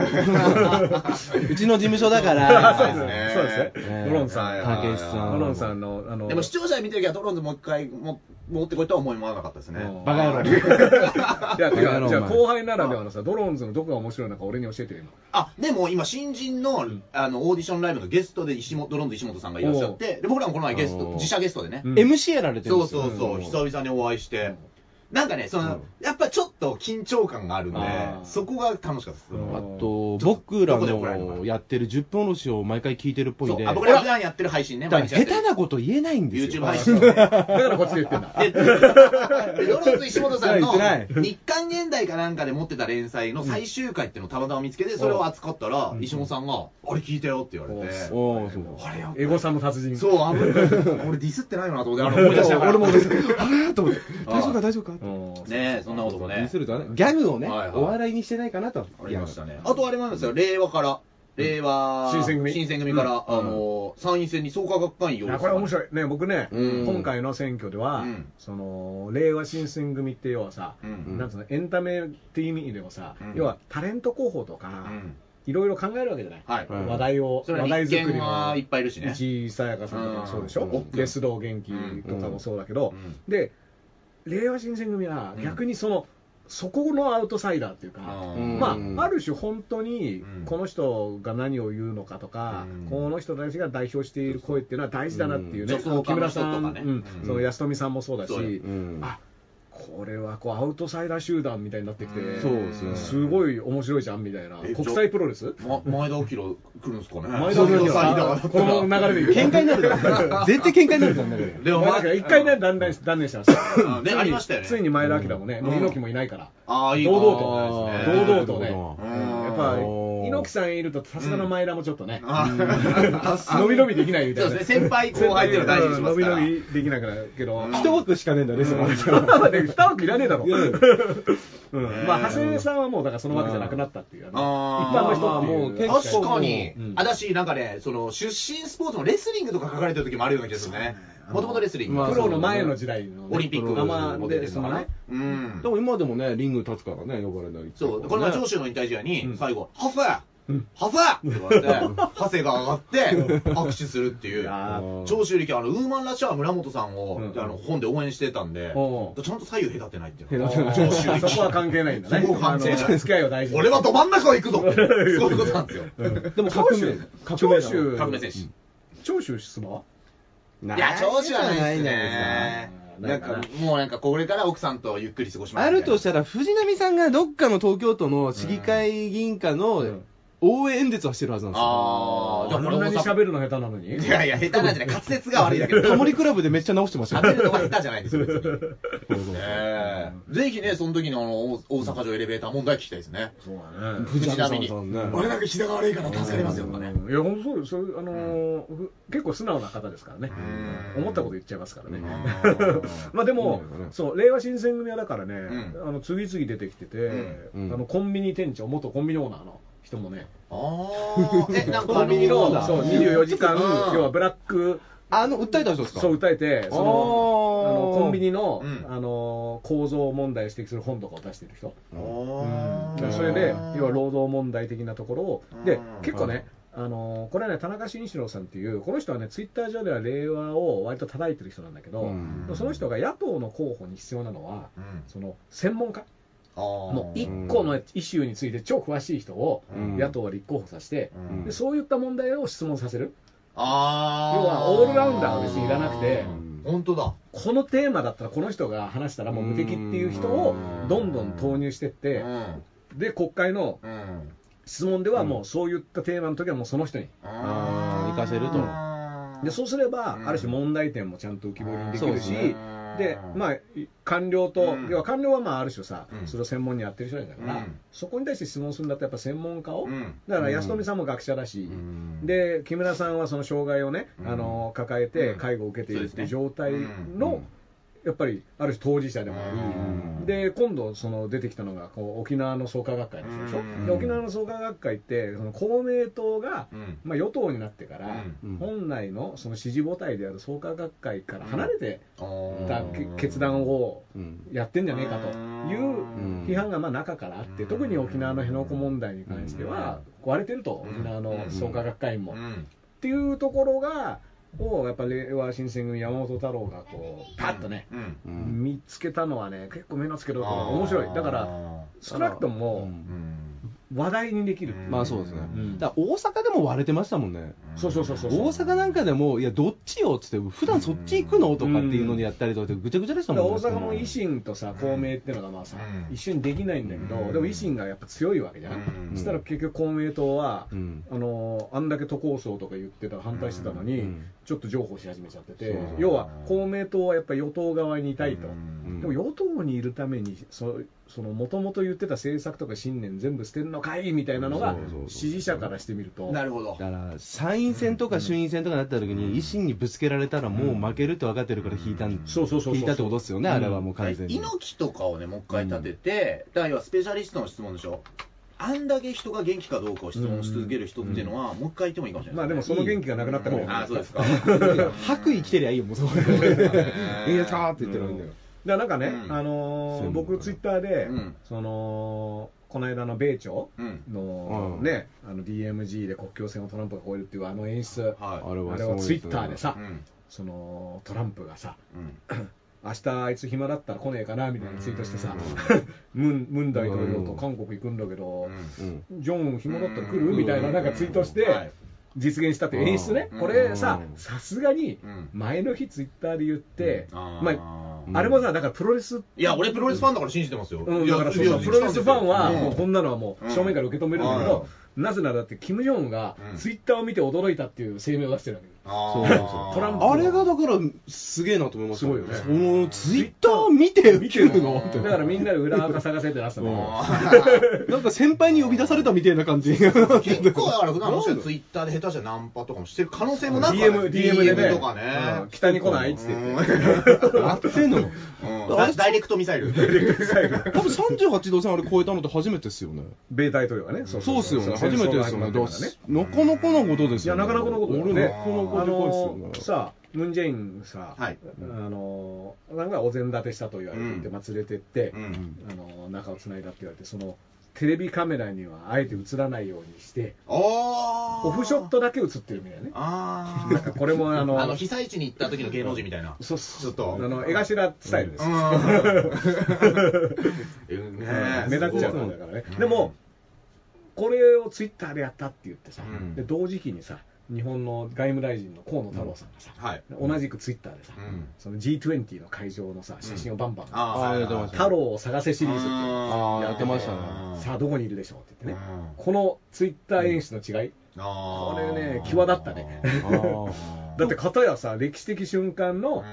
うちの事務所だか
そうです
ら、
ね
そうですね、
ね
ドローンズさ
はい
ん、
はいはい
たけしさ
ド
ん。
ローンズさんの、あの
でも視聴者で見てる時はドローンズもう一回も持ってこいとは思いもなかったですね。
うん
バカ野郎。
いやて
バカ野
か
郎
じゃあ、
お前
後輩ならではのさ、ドローンズのどこが面白いのか、俺に教えてよ、今。
あでも今、新人の,、あのオーディションライブのゲストで石本ドローンズ石本さんがいらっしゃって、で僕らもこの前ゲスト
お、ー
自社ゲストでね、
うん
MC やられてる
そう
んですよ。
そうそう、久々にお会いして、なんかねその、
うん
やっぱちょっと緊張感があるんで
あ、ー
そこが楽しかったです。
うん
あ
あ
と、僕ら
どこで怒られるの
のやってる10分おろしを毎回聞いてるっぽ
そ
いうで、
あ
だ
僕
から
普段やってる配信ね、毎
ら
日やっ
下
てる
手なこと言えないんです
YouTube
よ。
配信。
だ
で、
からこっちで言ってんだ。
でドローンズ石本さんの
言ってな
日刊現代かなんかで持ってた連載の最終回っていうのをたまたま見つけて、それを扱ったら、石本さんが、あれ聞いたよって言われて、
おーそう
あれやっぱ
エゴさんの達人。
そう、 あぶ俺ディスってないよなと思って、あの思い出しながら。
俺も思い出した。あれーと思って、
あー
大丈夫か大丈夫かって
うん
ねえ、そんなことも
ディ
ね
ス。るとね、ギャグをね、
はいはい
お笑いにしてないかなと。
ありましたね。あとあれもあるんですよ、令和から。令和、
新選組
から、あのー、参院選に創価学会員
い
用
やこれ面
い。
白いね僕ね、
うん
今回の選挙では、
うん
その令和新選組って要はさ、
うん
なんつうのエンタメっていう意味でもさ、
うん
要はタレント候補とか、
うん
いろいろ考えるわけじゃない、
はい。
うん
話題を、
それ
話
は
題
立
作り
憲
の
はいっぱいいるしね。
市井さやかさんとかもそうでし
う
ょ
んうん、
で須藤元気とかもそうだけど、
うん
で令和新選組は逆にその、そこのアウトサイダーっていうか、
うん
ま
うん
あ、ある種、本当に
うん
この人が何を言うのかとか、
うん
この人たちが代表している声っていうのは大事だなっていうね、
うん
その木村さん、
女装家の人とかね
うん
うん
その安富さんもそうだし、
そうよ
うん
あこれはこうアウトサイダー集団みたいになってきて、
うん
そうですね
すごい面白いじゃんみたいな、
え
国際プロレス
ま前田明来るんですかね。
前田君が
さ
この流れで
喧嘩になるから。絶対喧嘩になるじゃん、だ
でも、
まあだから一回ね、断念し断念してました
う。ん
つ
ね
いに
ありましたよね
ついに前田明もね、もう猪木もいないから、
ああ、いい
堂々
考
と
えですね
堂々とね
うん
やっぱ
おー
猪木さんいると、さすがの前田もちょっとね、
あ
伸び伸びできないみた
そ
いうな
で。すね、先輩後輩っていうの大事にしますから。
伸び伸びできなくなるけど、
うん
一
一枠しかねえんだね、そこ
枠で二枠いらねえだろ。うんまあ、
ね
長谷さんはもうだからその枠じゃなくなったっていう、あの
あ
一般の人
ー
って
まあまあもう
いう
結構
確かに、
うん
あだし、なんかね、その出身スポーツのレスリングとか書かれてる時もあるような気がするね、もともとレスリング、
まあ
プロの前の時代のね、
オリンピック
あまあ
も出て
で
る
そ
の
の
かな、
ね、
うん
で、も今でもね、リング立つからね、呼ばれない。
そう、これは長州の引退試合に、最後、ハッファーハセって言われて、 ハセが上がって、握手するっていう
あー、
長州力、あの、ウーマンラッシャーは村本さんを、
うん
あの本で応援してたんで、
おう
ちゃんと左右隔てないっていうの
あ
が
ー
長州力。
そこは関係ないんだね。
そこは関係ない
あの付き合いは大事。
俺はど真ん中を行くぞって、そういうことなんですよ。
うん
でも
長
革
州
命、
長州、
革命選手。
長州出馬
ない
や、長州はないです
じゃない
ね。
な
ないん
かな
か、もうなんか、これから奥さんとゆっくり過ごします
あ
みいな。
るとしたら、藤波さんがどっかの東京都の市議会議員か
う
の
ん
応援演説はしてるはずなんですよ。
ああ、
あんなに喋るの下手なのに
いやいや、下手なんじゃない。滑舌が悪いだけど。
タモリクラブでめっちゃ直してま した
喋る
よ。
のが下手じゃないんですよ、別に。
そうそうそう
ええぜひね、その時のあの大大阪城エレベーター問題聞きたいですね。
そうだね。
藤波さんね
藤俺なんか膝が悪いから助かりますよ、とかね。
うんいや、本当そうですそういう、あのーふ結構素直な方ですからね。思ったこと言っちゃいますから ね。まあでも
そうだ、ね
そう、令和新選組はだからね、
う
あの次々出てきてて、
うん
うん
あのコンビニ店長、元コンビニオーナーの人もね、
ああ、え、なんか
コ
あ
ン
の
ビニの、
ーナー
そう、24時間、
うん
要はブラック、
あの、訴えた人ですか
そう、歌えて、そ
あ
の、あ
ー
のコンビニの、
うん
あのー構造問題を指摘する本とかを出してる人。
あー
それで、要は労働問題的なところを
う、ん
で結構
は
ね
い、
あのーこれはね、田中伸一郎さんっていう、この人はね、ツイッター上では令和を割と叩いてる人なんだけど、
うん
でもその人が野党の候補に必要なのは、
うん
その専門家、
あ
もう
ー
1個のイシューについて超詳しい人を
うん
野党は立候補させて、
うん
で、そういった問題を質問させる、
あー
要はオールラウンダーは別にいらなくて
本当だ。
このテーマだったらこの人が話したらもう無敵っていう人をどんどん投入していっ
う
て、
ん。
で国会の
うん。
質問ではもうそういったテーマの時はもうその人に。
あー行かせると
でそうすれば、
うん
ある種問題点もちゃんと浮き彫りにでき
そう
る
です
し、
ね
でまあ、い官僚と、
うん
要は官僚はまあある種さ、
うん
それを専門にやってる人なんだから、
うん
そこに対して質問するんだったら、やっぱ専門家を、
うん
だから安富さんも学者だし、
うん
で木村さんはその障害をね、
うん
あの抱えて
うん
介護を受けているっていう状態の、
うん
やっぱりある種当事者でもあり。
うん
で今度その出てきたのがこう沖縄の創価学会の人でしょ、
うん
で沖縄の創価学会ってその公明党が、
うん
まあ、与党になってから、
うん
本来のその支持母体である創価学会から離れて
あー
たけ決断を
うん
やってんじゃねえかと
うん
いう批判がまあ中からあって、
うん
特に沖縄の辺野古問題に関しては割れてると、
うん
沖縄の創価学会員も。
う
っ
ん
ていうところが、をやっぱ令和新選組、山本太郎がこうパッとね、
うん
うん
見つけたのはね、結構目のつけどころが面白い。だから少なくと
う
も
うんん
話題にできる。
うん
まあそうですね
うん。
だから大阪でも割れてましたもんね。
そうそうそうそう
大阪なんかでも、いや、どっちよっつって、普段そっち行くのとかっていうのでやったりとかって、ぐちゃぐちゃでした
だから
もん
大阪も維
ね。
新とさ公明っていうのがまあさ、
うん
一緒にできないんだけど、
うん
でも維新がやっぱ強いわけじゃん、
うん
そしたら結局公明党は、
うん
あのーあんだけ都構想とか言ってた反対してたのに、
うん
ちょっと譲歩し始めちゃってて、
そう
要は公明党はやっぱ与党側にいたいと、
うん
でも与党にいるためにそその元々言ってた政策とか信念全部捨てるのかいみたいなのが
そうそうそう
支持者からしてみると。
なるほど
だから参院選とか衆院選とかになった時に、維新にぶつけられたらもう負けるって分かってるから引いたん、
そうそうそうそう
引いたってことですよね、あれはもう完全に。
猪木とかをねもう一回立てて、だから要はスペシャリストの質問でしょあんだけ人が元気かどうかを質問し続ける人っていうのは、もう一回言ってもいいかもしれな
ま
い
あでもその元気がなくなったらもう
ああそうですか
白衣着てりゃいいよ、もうそう。
ね
いいですかって言ってるわけだ
だ
よ。
からなんかね、
うん
あのー
そう
僕、ツイッターで、
うん
そのこの間の米朝
うん
の,、
うん
ね、あの DMG で国境線をトランプが越えるっていうあの演出、
は
れ
あれはツイッターでさ、
うん
そのトランプがさ、
うん
明日あいつ暇だったら来ねえかなみたいなツイートしてさ、 ムンムン大統領と韓国行くんだけど、
うん
ジョン、暇だったら来る、
うん
みたいななんかツイートして、
はい
実現したっていう演出ね、
うん
これさ
う、ん
さすがに
うん
前の日、ツイッターで言って、
あー
まあ、あれもさ、だからプロレス
いや俺プロレスファンだから信じてますよ、
うん、
いや
だからそう
い
そ
や
うプロレスファンは、
うん
もうこんなのはもう正面から受け止めるんだけど、なぜならだって、キム・ジョンウンが
うん
ツイッターを見て驚いたっていう声明を出してるわけよ
あー
そうそう
トランプ
あれがだから、すげえなと思いました。
すごいよね
そのツイッターを見て、見てるのって。
だからみんなで裏垢探せってなってたのよ
なんか先輩に呼び出されたみたいな感じ。
結構だから普段の人はツイッターで下手したらナンパとかもしてる可能性もなくはな
DM,
い
DM でね
とか
うん
ね、
北に来ないっつって言って、
やってんの。
うんだダイレクトミサイル
多分38度線あれ超えたのって初めてですよね。
米大統領がね、そう
そうっすよね
戦
初めて
争
で
が
す
始
よ
まって
ね。だ
か
か
ね
らすなかなかのことです
いや、
よ
な
ね。
かなかのことだよ
俺、
ね。
なかなか
あ
でかいです
の
よね。
さ、ムン・ジェインさ、
はい
あのなんかお膳立てしたと言われていて、
うん
まあ、連れてって、
うん
あの中をつないだって言われて、そのテレビカメラにはあえて映らないようにして、
あー
オフショットだけ映ってるみたいなね。
あ
なんかこれも
あ
あの、
あの被災地に行った時の芸能人みたいな
そうそう
ちょっと
あの絵頭スタイルです。
うんねえ
目立っちゃう
すご
の
い
だからね
うん。
でも、これをツイッターでやったって言ってさ、
うん
で同時期にさ、日本の外務大臣の河野太郎さんがさ、
はい
同じくツイッターでさ、
うん
その G20 の会場のさ、写真をバンバン、
あ
あー
ー
やってました
太郎を探せシリーズっていう
あ
のを
ーやってましたね
やっててさあ、どこにいるでしょうって言ってね、
うん
このツイッター演出の違い、
あ
こ
ー
れね際立ったね
あー
だって、片やさ、歴史的瞬間
う
の
ん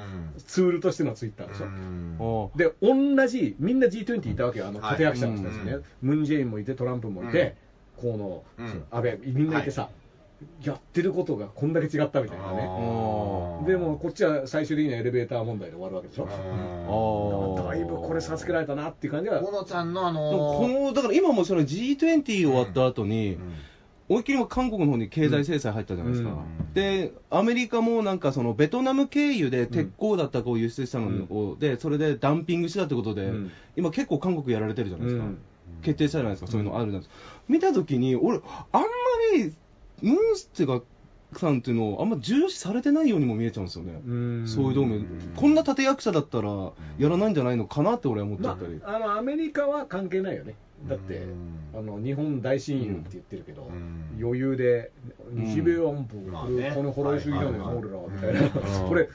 ツールとしてのツイッターでしょ。
うん
あー
で同じ、みんな G20 いたわけよ、あの
はい
立役者の人たちね、
うん
ムン・ジェインもいて、トランプもいて、河野、
うん
安倍、みんないてさ、やってることがこんだけ違ったみたいなね、
あー
でもこっちは最終的にはエレベーター問題で終わるわけでし
う
ょ、
ん
だからだいぶこれ、授けられたなっていう感じが、
河野ちゃんのあ
でもこ
の
のだから今もその G20 終わった後に、思いっきりも韓国の方に経済制裁入ったじゃないですか、
うん
でアメリカもなんかそのベトナム経由で鉄鋼だったかを輸出したのを、でそれでダンピングしたってことで、
うん
今、結構韓国やられてるじゃないですか、
うん
決定したじゃないですか、そういうのあるじゃないですか、見たときに、俺、あんまりムンステがさんっていうのをあんま重視されてないようにも見えちゃうんですよね、
うん
そういう同盟、こんな立役者だったらやらないんじゃないのかなって俺は思っちゃ
ま
った り。
あ、あのアメリカは関係ないよね、だって、
うん
あの日本大親友って言ってるけど、
うん
余裕で、日米安保、
まあ
これ
ね
このホロイ主義だ
はい
もん、俺らはみたいな、
うん
これ、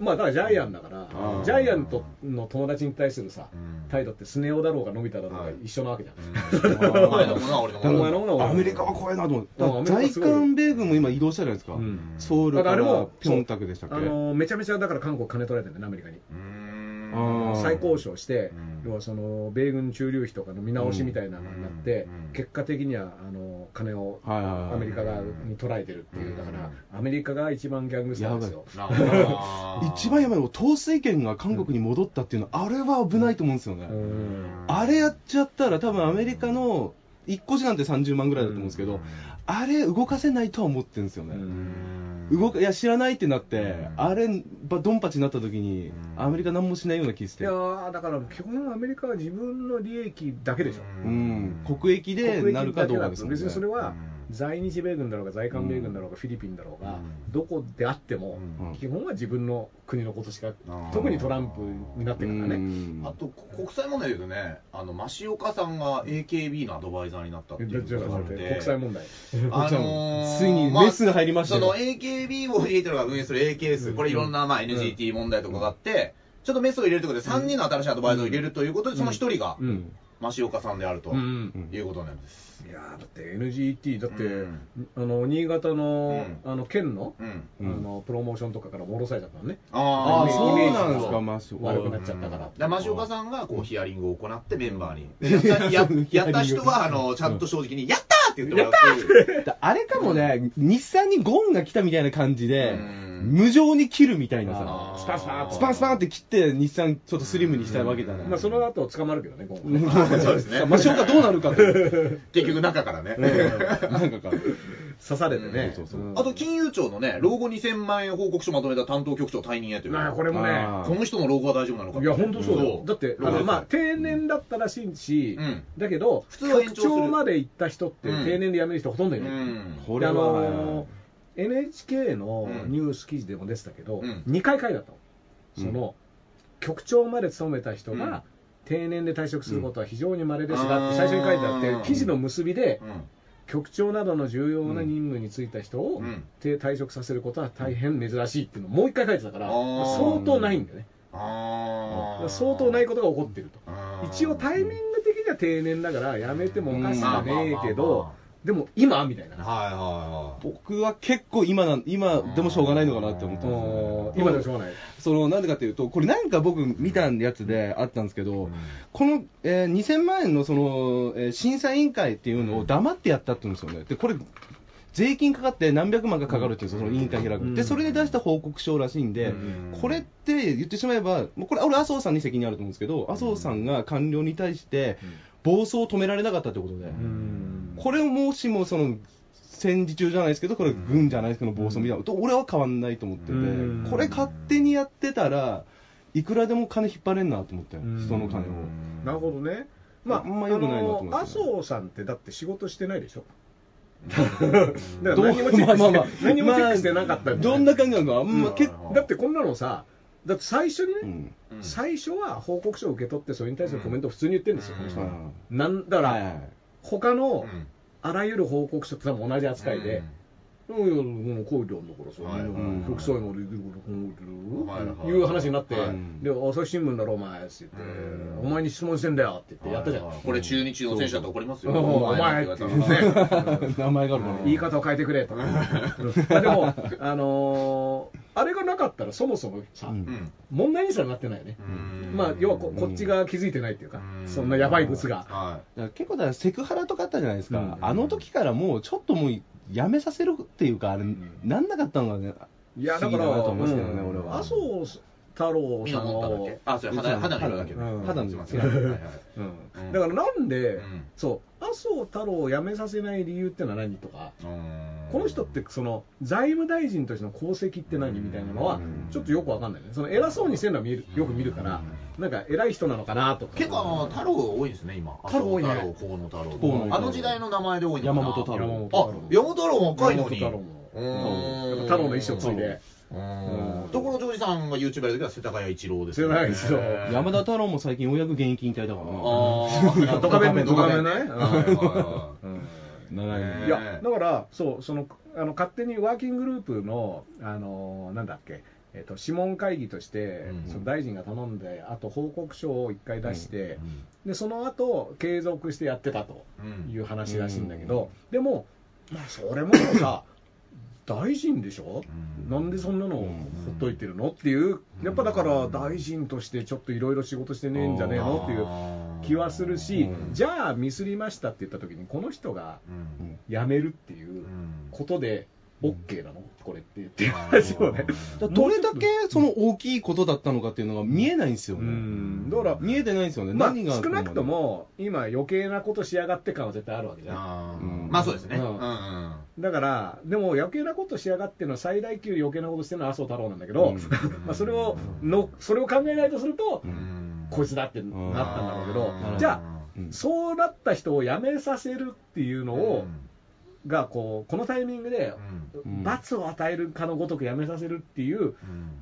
まあ、だからジャイアンだから、
うん
ジャイアンとの友達に対するさ、
うん
態度ってスネ夫だろうが伸びただろうが
はい
一緒なわけじゃん。
お前のものは俺のも
お前のも
の
のは俺のもの
アメリカは怖いなと思って、だ
うんアメ
から
リカ
在
すごいよ
韓米軍も今移動したじゃないですか、
うん
ソウルか
だからあれ
ら
も
ピョンタクでしたっけ、
あのめちゃめちゃだから韓国、金取られてるんだよね、アメリカに。
うん
あー
再交渉して
うん、
要はその米軍駐留費とかの見直しみたいなのになって
うんうん、
結果的にはあの金を
はいはいはい
アメリカ側に捉えてるっていう、だからアメリカが一番ギャングスターですよ。
あー
一番やばいのは、統帥権が韓国に戻ったっていうのは、あれは危ないと思うんですよね、
うん
あれやっちゃったら、多分アメリカの1個時なんて30万ぐらいだと思うんですけど、あれ、動かせないとは思ってるんですよね。動かいや知らないってなって、
うん
あれ、ばドンパチになった時に、
うん
アメリカ、何もしないような気して、
いやーだから基本アメリカは自分の利益だけでしょ。
うん、国益でなるかどうかですもんね。
別にそれ
う
は
ん
在日米軍だろうが在韓米軍だろうがフィリピンだろう
う
が
ん
どこであっても
うん
基本は自分の国のことしか
ー
特にトランプになってから
う
ね
ん
あとこ国際問題で言うとね、あの増岡さんが AKB のアドバイザーになったっていうことがあって、
国際問題
あのー
ついにメスが入りましたよ
あその AKB48 が運営する AKS、これいろんなまあ NGT 問題とかがあって、ちょっとメスを入れるということで、3人の新しいアドバイザーを入れるということで、その1人が
うん
増岡さんであると
うんうん
いうことなんです。
いやーだって NGT だって、
うん
あの新潟の,、
うん
あの県の,、
うん。
うん
あのプロモーションとかからもろされちゃったのね、
あ
あ
あ、
ー
そうなんですか、
イメー
マッシ
ジ
ュ。
が悪くなっちゃったから
だから増岡さんがこうヒアリングを行ってメンバーに。でやった ややった人は、あの、ちゃんと正直に、やったーって言ってもらうっていう。
だあれかもね、日産にゴンが来たみたいな感じで、
うん
無情に切るみたいな
あ
さ、
ースパスパー
スパンスパンって切って、日産ちょっとスリムにしたいわけだ
ま
な
あ、。その後捕まるけどね今後ね
そうですね。
マシオカどうなるかって、
結局中からね。
なんかか。
刺されてね、
そうそう
うん
あと金融庁のね、老後2000万円報告書まとめた担当局長退任へという。
まあこれも
あ
ね
この人の老後は大丈夫なのか
いや本当そうだよ
ん
だって
老
あ
後
の、まあ、定年だったらしいし、
うん
だけど
普通は延長
局
する
長まで行った人って
うん
定年で辞める人ほとんど
う
いない、
ん。
こ
で
れ
あ
は、
のー NHK の
うん
ニュース記事でも出てたけど、
うん
2回書いてあったの、
うん
その局長まで務めた人
うん
が定年で退職することは非常に稀です
うん
がって最初に書いてあっ
うん
て、記事の結びで
う、ん
局長などの重要な任務に就いた人を
うん
定退職させることは大変珍しいっていうのをもう1回書いてたから、
あー
相当ないんだよね、だ
あ
か
あ。
ら相当ない
こ
ことが起こってると。
と
一応タイミング的には定年だからやめてもおかしくはねえけ
うん
ど、でも今みたいな。
はいはいはい。
僕は結構今なん、今でもしょうがないのかなって思ってますね。
うん今でもしょうがない。
そのなんでかというと、これ、なんか僕、見たやつであったんですけど、この、えー2000万円のその、えー審査委員会っていうのを黙ってやったって言うんですよね、でこれ、税金かかって何百万かかかるっていうんですよ、その委員会開く、
うん
でそれで出した報告書らしいんで、
うん
これって言ってしまえば、もうこれ、俺、麻生さんに責任あると思うんですけど、麻生さんが官僚に対して、暴走を止められなかったってことで。
うん
これをもしもその戦時中じゃないですけど、これ、軍じゃないですけど、暴走みたいなのと、俺は変わんないと思ってて、
うん
これ、勝手にやってたら、いくらでも金引っ張れんなと思って、
うん
人の金を。
なるほどね。まあ、
あんま良くないなと思いますね
あの麻生さんってだって仕事してないでしょ。
ど
だか
う
ら何もチェックして、
まあまあまあ
何もチェックしてなかったんじゃ
ど
ない
んな感じなのか、あんま
うん
結
だってこんなのさ、だって最初にね、
構、うん
うん
最初は報告書を受け取って、それに対するコメントを普通に言ってるんですよ、この人
う
は
はい
なんだから、他
う
の
ん
あらゆる報告書って多分同じ扱いで、うん、いや、もうこういうのだからさ、
はいはい
はい
副総理もできるから、こう
はい
いう
はい
いう話になって、
はい
で朝日新聞だろ、お前って言って、
うん
お前に質問してんだよって言って、やったじゃん。
はいはいこれ中日の選手だと怒りますよ。
うんお前お前
なん
って言われたら
はい
名前があるから
言い方を変えてく れと、うんあでも、あのーあれがなかったら、そもそもさ、
うん
うん
問題にすらなってないよね、
うん
まあ、要はここっちが気づいてないっていうか、
うん
そんなやばい物が、
は
だから結構だからセクハラとかあったじゃないですか、
うん
あの時からもうちょっともうやめさせるっていうか、あれ、なんなかったのがね、
いやだか
不思議
ら、
だなと思いますけどね、
うん
俺は。
麻生太郎
い。みん
さ
なん持ったんだっ
を
け。あ、それ肌肌の色だけ。
うん
肌の
すい
色
ま
違
せんはいはいうはい
うん
うん
だからなんで、
うん
そう麻生太郎を辞めさせない理由ってのは何とか、
うん
この人ってその財務大臣としての功績って何みたいなのは
うん
ちょっとよくわかんないねその偉そうにしてるのは見るよく見るからなんか偉い人なのかなとか
結構あの太郎が多いんですね今
太郎多いね
麻生太郎河野太郎
河野太郎
あの時代の名前で多いのかな
山本太郎
山
あ
本
山本太郎も若いのに
山本太郎もやっぱ太郎の意思を継いで
うんところジョージさんが YouTube やる時は世田谷一郎です
世田谷一郎
山田太郎も最近、ようやく現役引退だからな、
ああ
ドカベンねドカベンね
はいは
長いね
いやだからそうそのあの勝手にワーキンググループのあのなんだっけえっと諮問会議として、
うん
その大臣が頼んで、あと報告書を1回出して、
い
でその後継続してやってたと
うんうん
いう話らしいんだけど、でも、まあ、それもさ、大臣でしょ、
うん
なんでそんなのをほっといてるのっていう、やっぱだから大臣としてちょっといろいろ仕事してねえんじゃねえのっていう気はするし、
うん
じゃあミスりましたって言った時に、この人が
うん
辞めるっていう
うん
ことで、OK なの、これってっていう話をね。
だからどれだけその大きいことだったのかっていうのが見えないんですよ
う
ね、
んだから
見えてないんですよね、
まあ、
何があっ
少
たのか
なくとも今余計なことしやがって感は絶対あるわけじゃん
あー
うん
まあそうですね
う
うんんうん
だからでも余計なことしやがってのは最大級余計なことしてるのは麻生太郎なんだけど、
うん
まあそれをのそれを考えないとすると、
うん
こいつだってなったんだろうけど、
うん
じゃあ
うん
そうなった人を辞めさせるっていうのを、
うん
がこうこのタイミングで、
うん
罰を与えるかのごとく辞めさせるっていう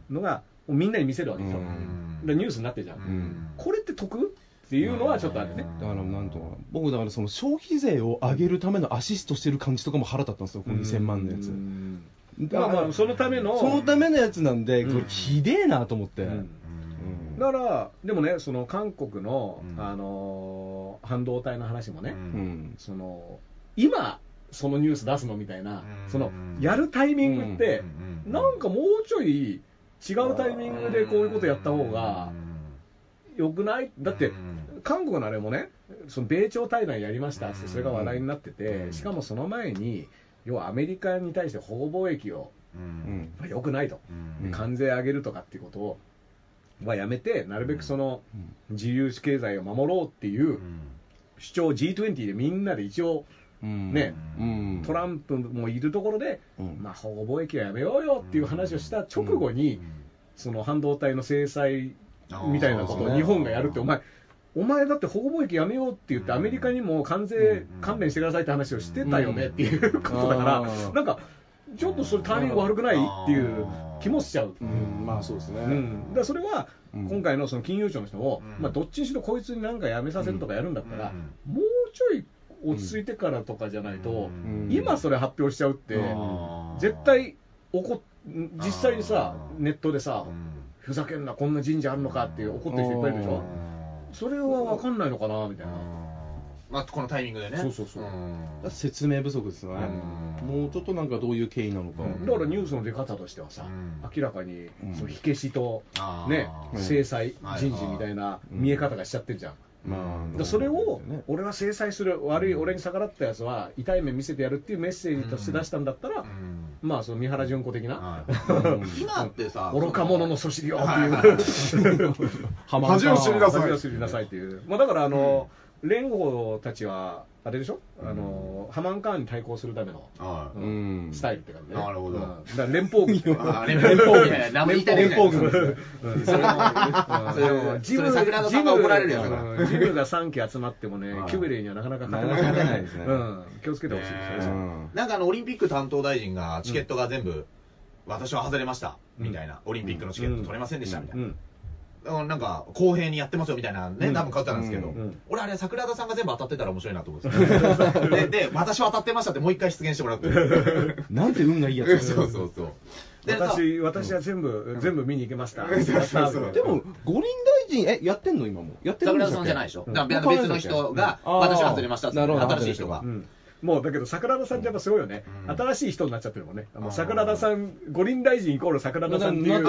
うん
のがもうみんなに見せるわけでしょ、
うん
でニュースになってるじゃん、
うん
これって得っていうのはちょっとあるね、
だからなんとか僕、だからその消費税を上げるためのアシストしてる感じとかも腹立ったんですよ、この2000万のやつ。
うん
だ
まあ
から
まあそのための
そのためのやつなんで、
うん
これ、ひでえなと思って、
うん
うん
だから、でもね、その韓国の、
うん
あのー半導体の話もね、
うん
うん
その今、そのニュース出すのみたいな、
うん
そのやるタイミングって、
うん
なんかもうちょい違うタイミングでこういうことやった方がよくないだって、
うん
韓国のあれもね、その米朝対談やりましたって、それが話題になって
う
て、
ん
しかもその前に、要はアメリカに対して保護貿易を
う
うんん
まあ良くないと、
うん
うん
関税上げるとかっていうことを、まあ、やめて、なるべくその
うん
自由経済を守ろうっていう主張を G20 でみんなで一応、
うん
ね
うん、
トランプもいるところで、
うん
まあ、保護貿易はやめようよっていう話をした直後に、その半導体の制裁みたいなことを
あー
日本がやるって、お前、お前だって保護貿易やめようって言って、
うん
アメリカにも関税
うん
関連してくださいって話をしてたよねっていうことだか
うんあ
ら、
ー
なんか、ちょっとそれ、タイミング悪くないっていう気もしちゃう。
うんまあそうですね、
うん、だからそれは
うん
今回のその金融庁の人も、
うん
まあ、どっちにしろこいつになんか辞めさせるとかやるんだったら、もうちょい落ち着いてからとかじゃないと、
うん
今それ発表しちゃうって、
うん
絶対怒っ実際にさ
う、ん
ネットでさ、ふざけんな、こんな神社あるのかって怒ってる人いっぱいいるでしょ、それは分かんないのかなみたいな。
まあこのタイミングでね
そうそうそう
説明不足ですね、
うん
もうちょっとなんかどういう経緯なのか、
うん
だからニュースの出方としてはさ、
うん
明らかに
うん
その火消しと、ね
うん
制裁人事みたいな見え方がしちゃってるじゃん、
ま
だからそれを俺は制裁する、悪い俺に逆らったやつは痛い目見せてやるっていうメッセージとして出したんだったら、まあその三原純子的な、
今ってさ
愚か者のそ しりをっていう、
浜
恥を知りなさいっていう、まあ、だからあの、連合たちは、あれでしょ、あのハマンカーンに対抗するための、
は
う
い。
ん
うん
スタイルって感じね。
なるほど
うんだから連邦軍。
あ連邦軍ね。何も言いたい
連
みたい
邦
な
軍。うんそれも
それも
ジム
それ桜田さんが怒られるやつだから
うんジムが3機集まってもね
は、い
キュベレーにはなかなか
なかなか勝てないですね
うん気をつけてほしいです
う
ね。
ん
なんかあの、オリンピック担当大臣が、チケットが全部、私は外れました、みたいな。オリンピックのチケット取れませんでした、みたいうな。
ん
だからなんか、公平にやってますよ、みたいなね、多分書いてあるんですけど
うんうん。
俺、あれ、桜田さんが全部当たってたら面白いなと 思ってたでで、私は当たってましたって、もう一回出現してもらうっていう。
なんて運がいいや つ
そうそうそう。で、さ
私私は全部、全部見に行けました。
そうそうそう
でも、五輪大臣、え、やってんの今も。やってるん
桜
で
田
す
さんじゃないでしょ。
うん
だから別の人が、
うん
私は外れましたって、
あーなるほど
新しい人が
う。んもうだけど、桜田さんってやっぱすごいよね、
うん
新しい人になっちゃってるもんね、も
あ
う
ー
桜田さん、五輪大臣イコール桜田さんっていう、
あー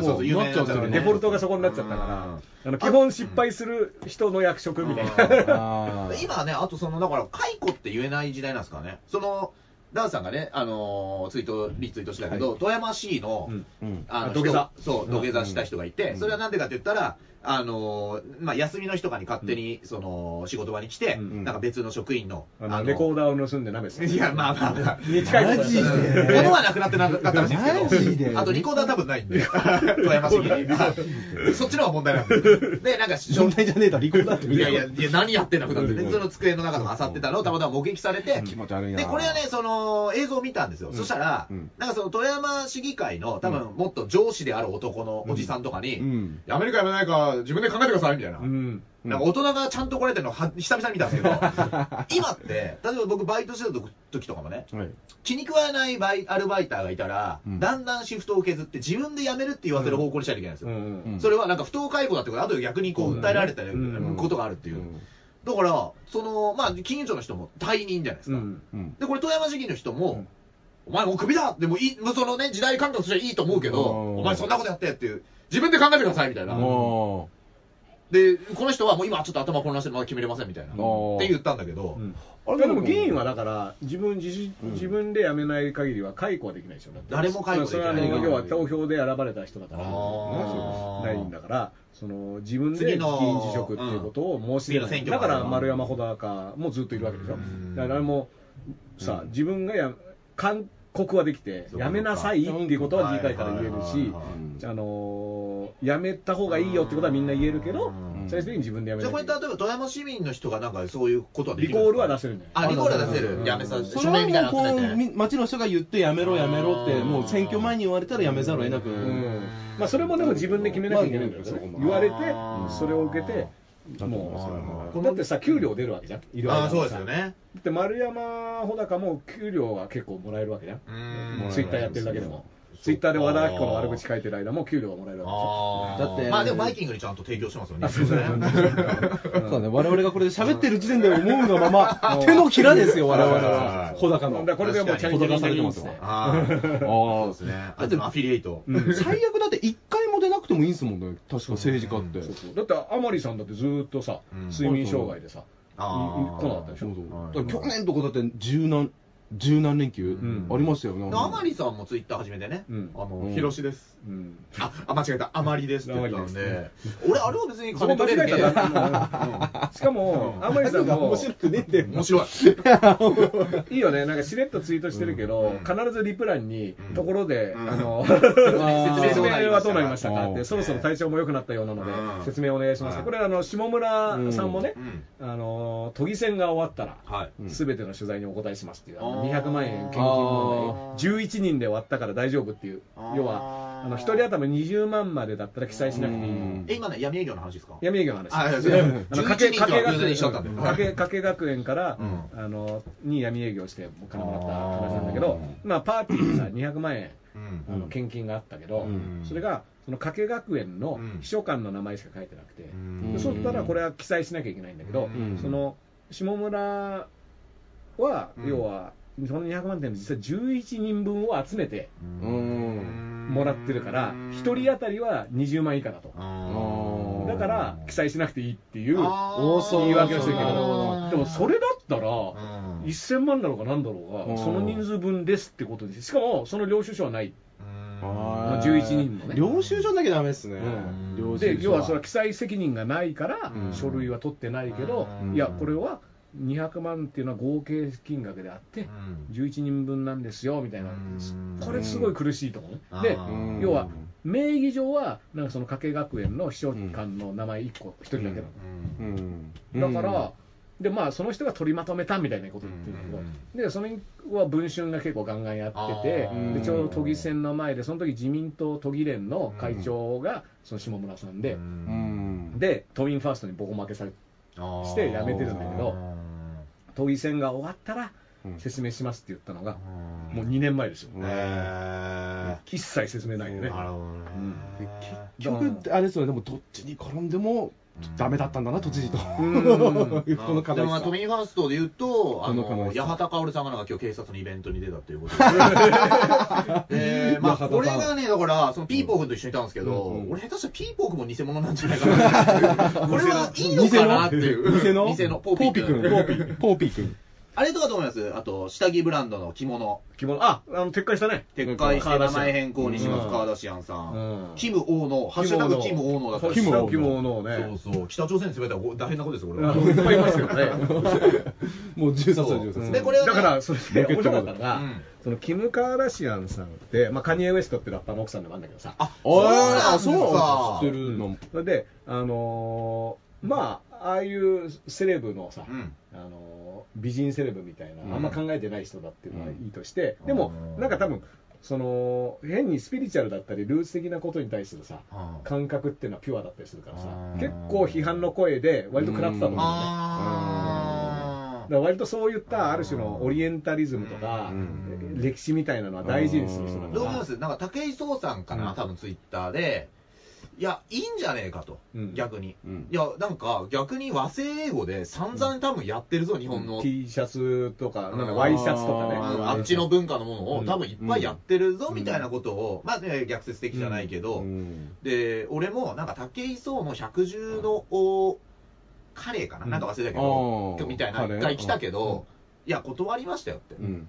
もうなっちゃう
そ
か
う
ら
そう
ね
デフォルトがそこになっちゃったから、
うん
あの基本失敗する人の役職みたいな、
あー
今はね、あとその、だから、解雇って言えない時代なんですからね。その、ダンさんがね、あのーツイート、リツイートしたけど、
は
富山市の、
うん
うん
あの
土下座
人そう、土下座した人がいて、
ん
それはなんでかって言ったら、あのーまあ、休みの日とかに勝手に、その、仕事場に来て、
うん
なんか別の職員の、
あのレコーダーを盗んで鍋す
いや、まあまあまあ。
に近いことだ
マジで
うん物はなくなってなかったらしいんです
マジ
け
で
ど、あとリコーダー多分ないんで、富山市議に。そっちの方が問題なんで。で、なんか、
問題じゃねえだろ、離婚だって
いやいや、いや何やってんだ、普段って。
うん
その机の中とか漁ってたのをたまたま目撃されて、
気持ち悪いな
で、これはね、その、映像を見たんですよ。そしたら
うん、
なんかその富山市議会の、多分もっと上司である男のおじさんとか
う
に、
ん。
やめるかやめないか自分で考えてください、みたいな
う。ん
なんか大人がちゃんと来られてるのは久々に見たんですけど、今って、例えば僕バイトしてた時とかもね、
はい。
気に食わないバイアルバイターがいたら、
うん
だんだんシフトを削って自分で辞めるって言わせる方向にしないといけないんです
う
よ。
ん
うん
それはなんか不当解雇だってこと、あとで逆にこう訴えられたり
うん
ことがあるっていう。
うん
だから、その、まあ、金融庁の人も退任じゃないです
う
か。
ん
うん。
で、これ富山市議の人も、
うん
お前もうクビだでもいい、そのね、時代感覚としてはいいと思うけど、
うん
お前そんなことやってっていう、自分で考えてくださいみたいな。
も
で、この人はもう今ちょっと頭混乱してまだ決めれませんみたいな。っ
うん
て言ったんだけど、
あれでも議員はだから自分自主自分で辞めない限りは解雇はできないでしょだって
誰も解雇できない
それはあの要は投票で選ばれた人だから
あー
ないんだからその自分で議
次
員
の
辞職っていうことを申し出ない、
うん
だから丸山穂高もずっといるわけでしょ
うん
だからあれもさ、自分がや勧告はできて
そうか
辞めなさいっていうことは議会から言える
はいはいはい
し
はい
うん
あのー辞めた方がいいよってことはみんな言えるけど
うん
最終的に自分で辞め
じゃ
な
あ
い
これ例えば富山市民の人がなんかそういうことはでき
リ
る
コールは出せるんだよ
あリコールは出せ
う
る
ん
やめさ
そ
署
れ
名みたいな
はも
の
う、
集
こう
めて
み、町の人が言ってやめろ、やめろって、
うん
もう選挙前に言われたらやめざるを得なく。
うんまあ、それもでも自分で決めなきゃいけないんだけどね、
まあ
言われて
あー、
それを受けて、
だと思いますよ
も
こ
う、
の
だってさ、給料出るわけじゃん、いる
あ
間
あ
にさ
そうですよ。ね
だって丸山穂高も給料は結構もらえるわけじゃん、
うん
ツイッターやってるだけでも
そう、
ツイッターで和田アキ子の悪口書いてる間も給料がもらえるわ
ああ
だって
まあでもバイキングにちゃんと提供してますよね
そうだね、我々がこれで喋ってる時点で思うがまま、手のひらですよ、我々は。
そ
小
う
高
けでし
の
ょ、だ。からこれでもうチャリティーされてますよ、
ああ
あ
そうですねあとのアフィリエイト
最悪だって一回も出なくてもいいんすもんね、確か政治家って。
そうそうだって、甘利さんだってずーっとさ
うん、
睡眠障害でさ、
ああ
来なかったでし
そ
ょ
うそう
はい
だから去年とかだって十何、十何連休
ん
ありましたよね。
あまりさんもツイッター始めてね
うん
あの
うん
広しです
うん、
あ、あ間違えた。あまりですって言ったんで。俺、あれは別に
そこ
金
間
取れ
違
る
え
け
たな、しか も、甘利さんも、
くねえんだよ
面白い。
いいよね、なんかしれっとツイートしてるけど、必ずリプランに、
うん
ところで、
うん
あの、
あー
説明はどうなりましたかっ
う
て、
ん
そろそろ体調も良くなったようなので
う、ん
説明お願いします。
うん
これ、あの、下村さんもね
う、ん。
あの、都議選が終わったら、
はい。
うん
すべての取材にお答えしますっていう、あの
あー
200万円献金問題を、11人で割ったから大丈夫っていう
あ、ー
要は、あの、1人頭20万までだったら記載しなくていい。
うん
え、今ね、闇営業の話ですか
闇営業の話。
あいやいや
うんあの加
11
計
人
加
と
計
は
学
偶然
園
一緒だったんだ
加計加計学園から、
う
あのに闇営業して金もらった話なんだけ
あ
ど
ー、
まあ、パーティ ーでさ200万円
うん
あの献金があったけど、
うん
それがその加計学園の
うん
秘書官の名前しか書いてなくて、
うん
でそうしたらこれは記載しなきゃいけないんだけど、
うん
その下村は、
うん
要はその200万点の実は11人分を集めて
うん
もらってるから、1人当たりは20万以下だと。
うん
だから記載しなくていいっていう
あ
言
ー
い訳をしてるけ
なるほ
ど
ど
でもそれだったら
うん
1000万だろうが何だろう
うん
がその人数分ですってことですしかもその領収書はないもう11人もね
領収書なきゃダメですね
うん。
領収
で
書
要はそれは記載責任がないから、
うん
書類は取ってないけど、
うん
いや、これは200万っていうのは合計金額であって、11人分なんですよみたいな、
うん
これ、すごい苦しいとこね。
うん
で
あ
う
ー
ん
要は名義上は、なんかその加計学園の秘書官の名前1個、1人だけなの
うん
だから、でまあ、その人が取りまとめたみたいなこと言ってるんだけど、
うんうん
でそれは文春が結構ガンガンやってて
あ、
ー
でちょうど都議選の前で、その時自民党都議連の会長がその下村さんで、
うん
で都民ファーストにボコ負けされしてやめてるんだけど都議選が終わったら
うん
説明しますって言ったのが、も
も
う
う
2年前ですよ、
うん
え
一切説明ないよね。
なるほどね
で結局、あれですよね、でもどっちに転んでもダメだったんだな、都知事と。
うん
この課
で
題
もまあ、都民ファーストで言うと、あ
この可
の
能性
八幡薫さんがなんか今日警察のイベントに出たということ で、でまあ、
八幡さん
俺がね、だから、そのピーポー君と一緒にいたんですけど、
うんうん
俺、下手したらピーポー君も偽物なんじゃないか な、これはいいのかなっていう、
店の
店の
ポ
ポ
ー
ー
ピ
ピ
ー
ー君
君。ポーピーポーピー君。
あれとかと思います、あと、下着ブランドの着物、
着物ああの撤回したね、
撤回し
カー
て
ダ
名
シアン
前変更にします、
うん
カーダシアンさ
うん
ん、キム・王の、ハッシュタグキム・王のだった
ハッ
り
シ
キ
ュ
ム
タ
王
グキム王のね、
そうそう、北朝鮮に攻めたらこう大変なことですよ、これ
あ
は。
のいっぱいいますよ ね。
もう13歳、13
う
歳。
んでこれをね
だから、それで面白かったのが、
うん
そのキム・カーラシアンさんって、まあ、カニエ・ウエストってラッパーの奥さんでもあるんだけどさ、
あ、
お
そう
ー
なん
あ
です
そ
か
うなんだ知ってるの。
それで、あのーまあ、ああいうセレブのさ、
うん
あのー美人セレブみたいな、
うん
あんま考えてない人だっていうのはいいとして、
うん
でも
う、ん
なんか多分その変にスピリチュアルだったり、ルーツ的なことに対するさ、
うん
感覚っていうのはピュアだったりするからさ
う、ん
結構批判の声で、割と食らってたと思うんだよね。
あ
だから割とそういったある種のオリエンタリズムとか、
うん
歴史みたいなのは大事にする人な
ー
ん
ど
だか
う思い
ら
ますなんか武井壮さんかな、
うん
多分ツイッターで、いや、いいんじゃねえかと、
うん
逆に。
うん
いや、なんか逆に和製英語で散々多分やってるぞ、日本の、
T シャツとか、なんだ
うん
ワイシャツとかね、
うん
ああっちの文化のもの
う
を
ん
多分いっぱいやってるぞ、みたいなことを、まあ、ね逆説的じゃないけど、
うん
で、俺もなんか武井壮の百獣の王カレーかな、
うん
なんか忘れたけ
あ
ど、
ー
みたい
カ
な
レー
一回来たけど、いや、断りましたよって。
うん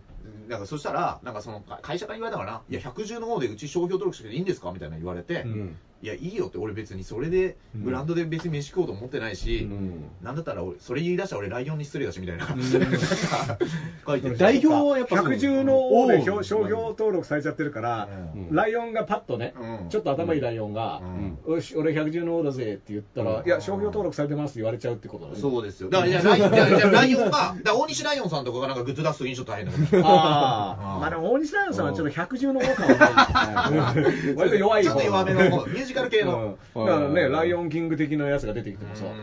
なんかそしたら、なんかそのか会社から言われたからな、いや、百獣の方でうち商標登録していいんですかみたいなの言われて、
う
うんん
いや、いいよって、俺別にそれで、
うん
ブランドで別に飯食おうと思ってないし、
うん
なんだったら俺、それ言い出したら俺、ライオンに失礼だしみたい な、書いて
代表
うん
はやっぱそう
百獣の王で表商標登録されちゃってるから、
うん
ライオンがパッとね、
うん
ちょっと頭いいライオンが、
うん
よし俺百獣の王だぜって言ったら、
うん
いや、商標登録されてますって言われちゃうってことだね。
そうですよ。だから、いやライオンいやいやライオンが、だから大西ライオンさんとかがなんかグッズ出すと印象大変だから。
ああ、
うん
まあでも大西ライオンさんはちょっと百獣の王感はないですね割と弱い
ち
方
ょっと弱めの方、ミュージカル系の。
うん、だからね、ライオンキング的なやつが出てきてもさ、
うん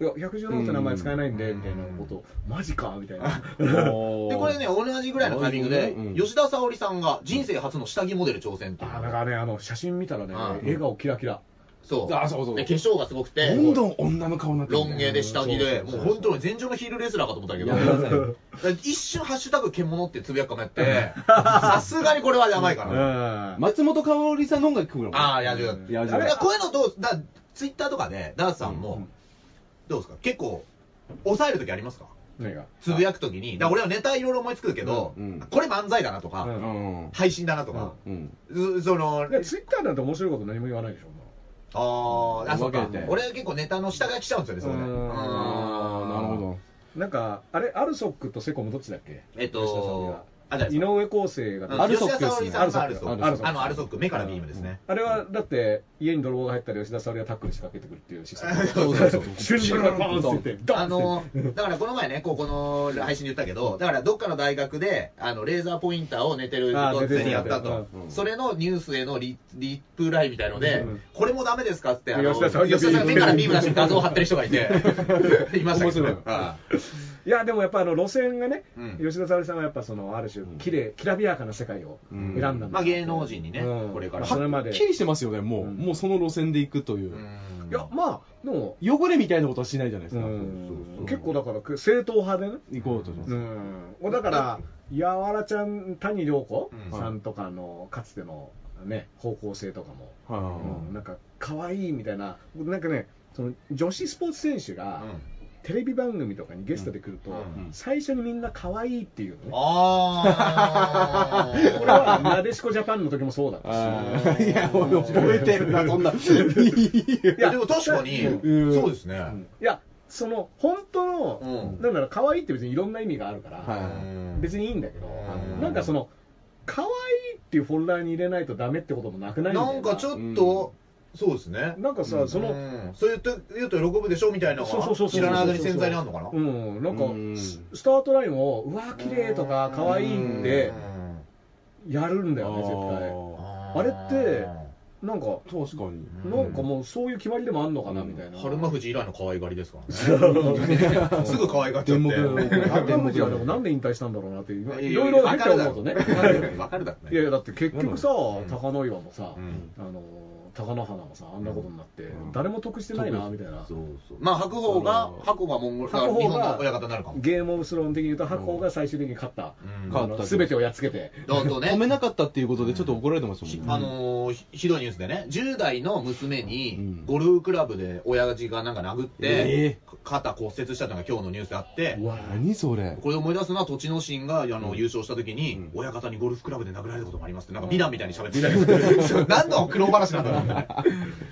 いや、百獣の王って名前使えないんで、
うん
みたいなことを、マジかみ たいな。
で、
で
これね、同じぐらいのタイミングで
うん、
吉田沙保里さんが人生初の下着モデル挑戦っていう
ああ、だからね、あの、写真見たらね、
うん
笑顔キラキラ。
そう。
あそうそう
で、化粧がすごくて、
どんどん女の顔になってる
ロン毛で下着で、
うん
もう本当に全場のヒールレスラーかと思ったけど、一瞬ハッシュタグ獣ってつぶやくかもや って、さすがにこれはやばいか
う
ら。
ん。
松本香織さんの音楽聴くの
ああ、やじゅう。
野
だ
獣
からこういうのどう、だツイッターとかで、ダースさんも、どうですか結構、抑えるときありますか
何が
つぶやくときに、だから俺はネタいろいろ思いつくけど
うんうん、
これ漫才だなと
う
か、
うん
配信だなとか、
うん
ずその、
でツイッターなんて面白いこと何も言わないでしょ、
あーあ、そっか
分けて。
俺は結構ネタの下書きしちゃうんですよね、それね。
う
う
ーん
ああなるほ
ーん
ど
なんか、あれ、アルソックとセコムどっちだっけ
えっと
吉田沙保里は
あじゃあ
井上康生が出てき
うん
た
アルソッ
吉
ク
田
ですね
沙保里さんがアル
アルソ
ソ
ックアルソッ
ック。
ク
あの、アルソック、目からビームですね。
あれはだって家に泥棒が入ったら吉田沙保里がタックル仕掛けてくるっていうシステム
そうそうそう
シュンシュンバーンって言ってドン
あの、だからこの前ね、こうこの配信で言ったけど、だからどっかの大学で、あの、レーザーポインターを寝てる
あー
学生にやった
寝てるや
と
つ。
うん
それのニュースへのリリプライみたいので
うん、
これもダメですかって、あの
吉田沙保里が
吉田さん
ビーム
目からビーム出して画像を貼ってる人が いて、いましたけど
面白い
あー
いやでもやっぱあの路線がね、
うん
吉田沙保里さんはやっぱそのある種綺麗きらびやかな世界を選んだんだ、
まあ芸能人にね、
うん
これから。
それ
は
ま
っ
で
きりしてますよねもう
うん
もうその路線で行くといううん
いやまあでも、
汚れみたいなことはしないじゃないで
う
すか
ん結構だから正統派でね
行こうとします
うん、だから、やわらちゃん、谷涼子
うん
さんとかのかつての、ね、方向性とかも、
はいはいは
うんなんか可愛いみたいな、なんかね、その女子スポーツ選手
う
が
ん
テレビ番組とかにゲストで来ると、
うん
最初にみんな可愛いっていうのね、
あ ー。
これはなでしこジャパンの時もそうだったし
あーいや、俺覚えてるな、そんな。
いや、でも確かに、
うん
そうですね。
いやその本当の、
うん
なんだろう可愛いって別にいろんな意味があるから、
は
別にいいんだけど、
うん
なんかその可愛いっていうフォルダーに入れないとダメってこともなくない
なんかち
っ
ょっと、そうですね。
なんかさ、その、
うんそう言って言うと喜ぶでしょみたいなの
そうそうそうそ
が
う
知らない間に潜在にあるのかな
う。ん、なんか、
うん
ススタートラインを、うわ、綺麗とか、可愛いんで
う、ん
やるんだよね、絶
あ
あ
あれって対。なんか、
ー確かに。
なんかもう、そういう決まりでもあんのかな、みたいな。
春馬富士以来の可愛がりですから ね。すぐ可愛がっちゃって。
天目
春馬富士はでもなんで引退したんだろうなっていう、い
い
ろいろ
わ
経
か
て
るだ
思う
ろ
と
う
ね。
わかるだろう
い
ね。
やいや、だって結局さ、
ん
高野岩もさ
う、ん
あの、高野花もさ、あんなことになって
う、ん
誰も得してないな、みたいな
そう。そう。まあ、白鵬が
うん、
白鵬がモンゴル、だか
白
ら
鵬
日
が
本の親方になるかも。
ゲームオブスローン的に言うと、白鵬が最終的に勝った
うん。
あの全てをやっつけて。
どんどんね。
止めなかったっていうことで、ちょっと怒られてまし
ひ
たも
あ
んね。
のーひひどいニュースでね、10代の娘
う
に
ん
ゴルフクラブで親父がなんか殴って
え、
か肩骨折したのが今日のニュースであって、
うわ
何それ。
これを思い出すのは、栃ノ心があの優勝した時に、
うん
親方にゴルフクラブで殴られたこともありますって、なんか美談みたいに喋ってたり して、何の苦労話なんだろうね。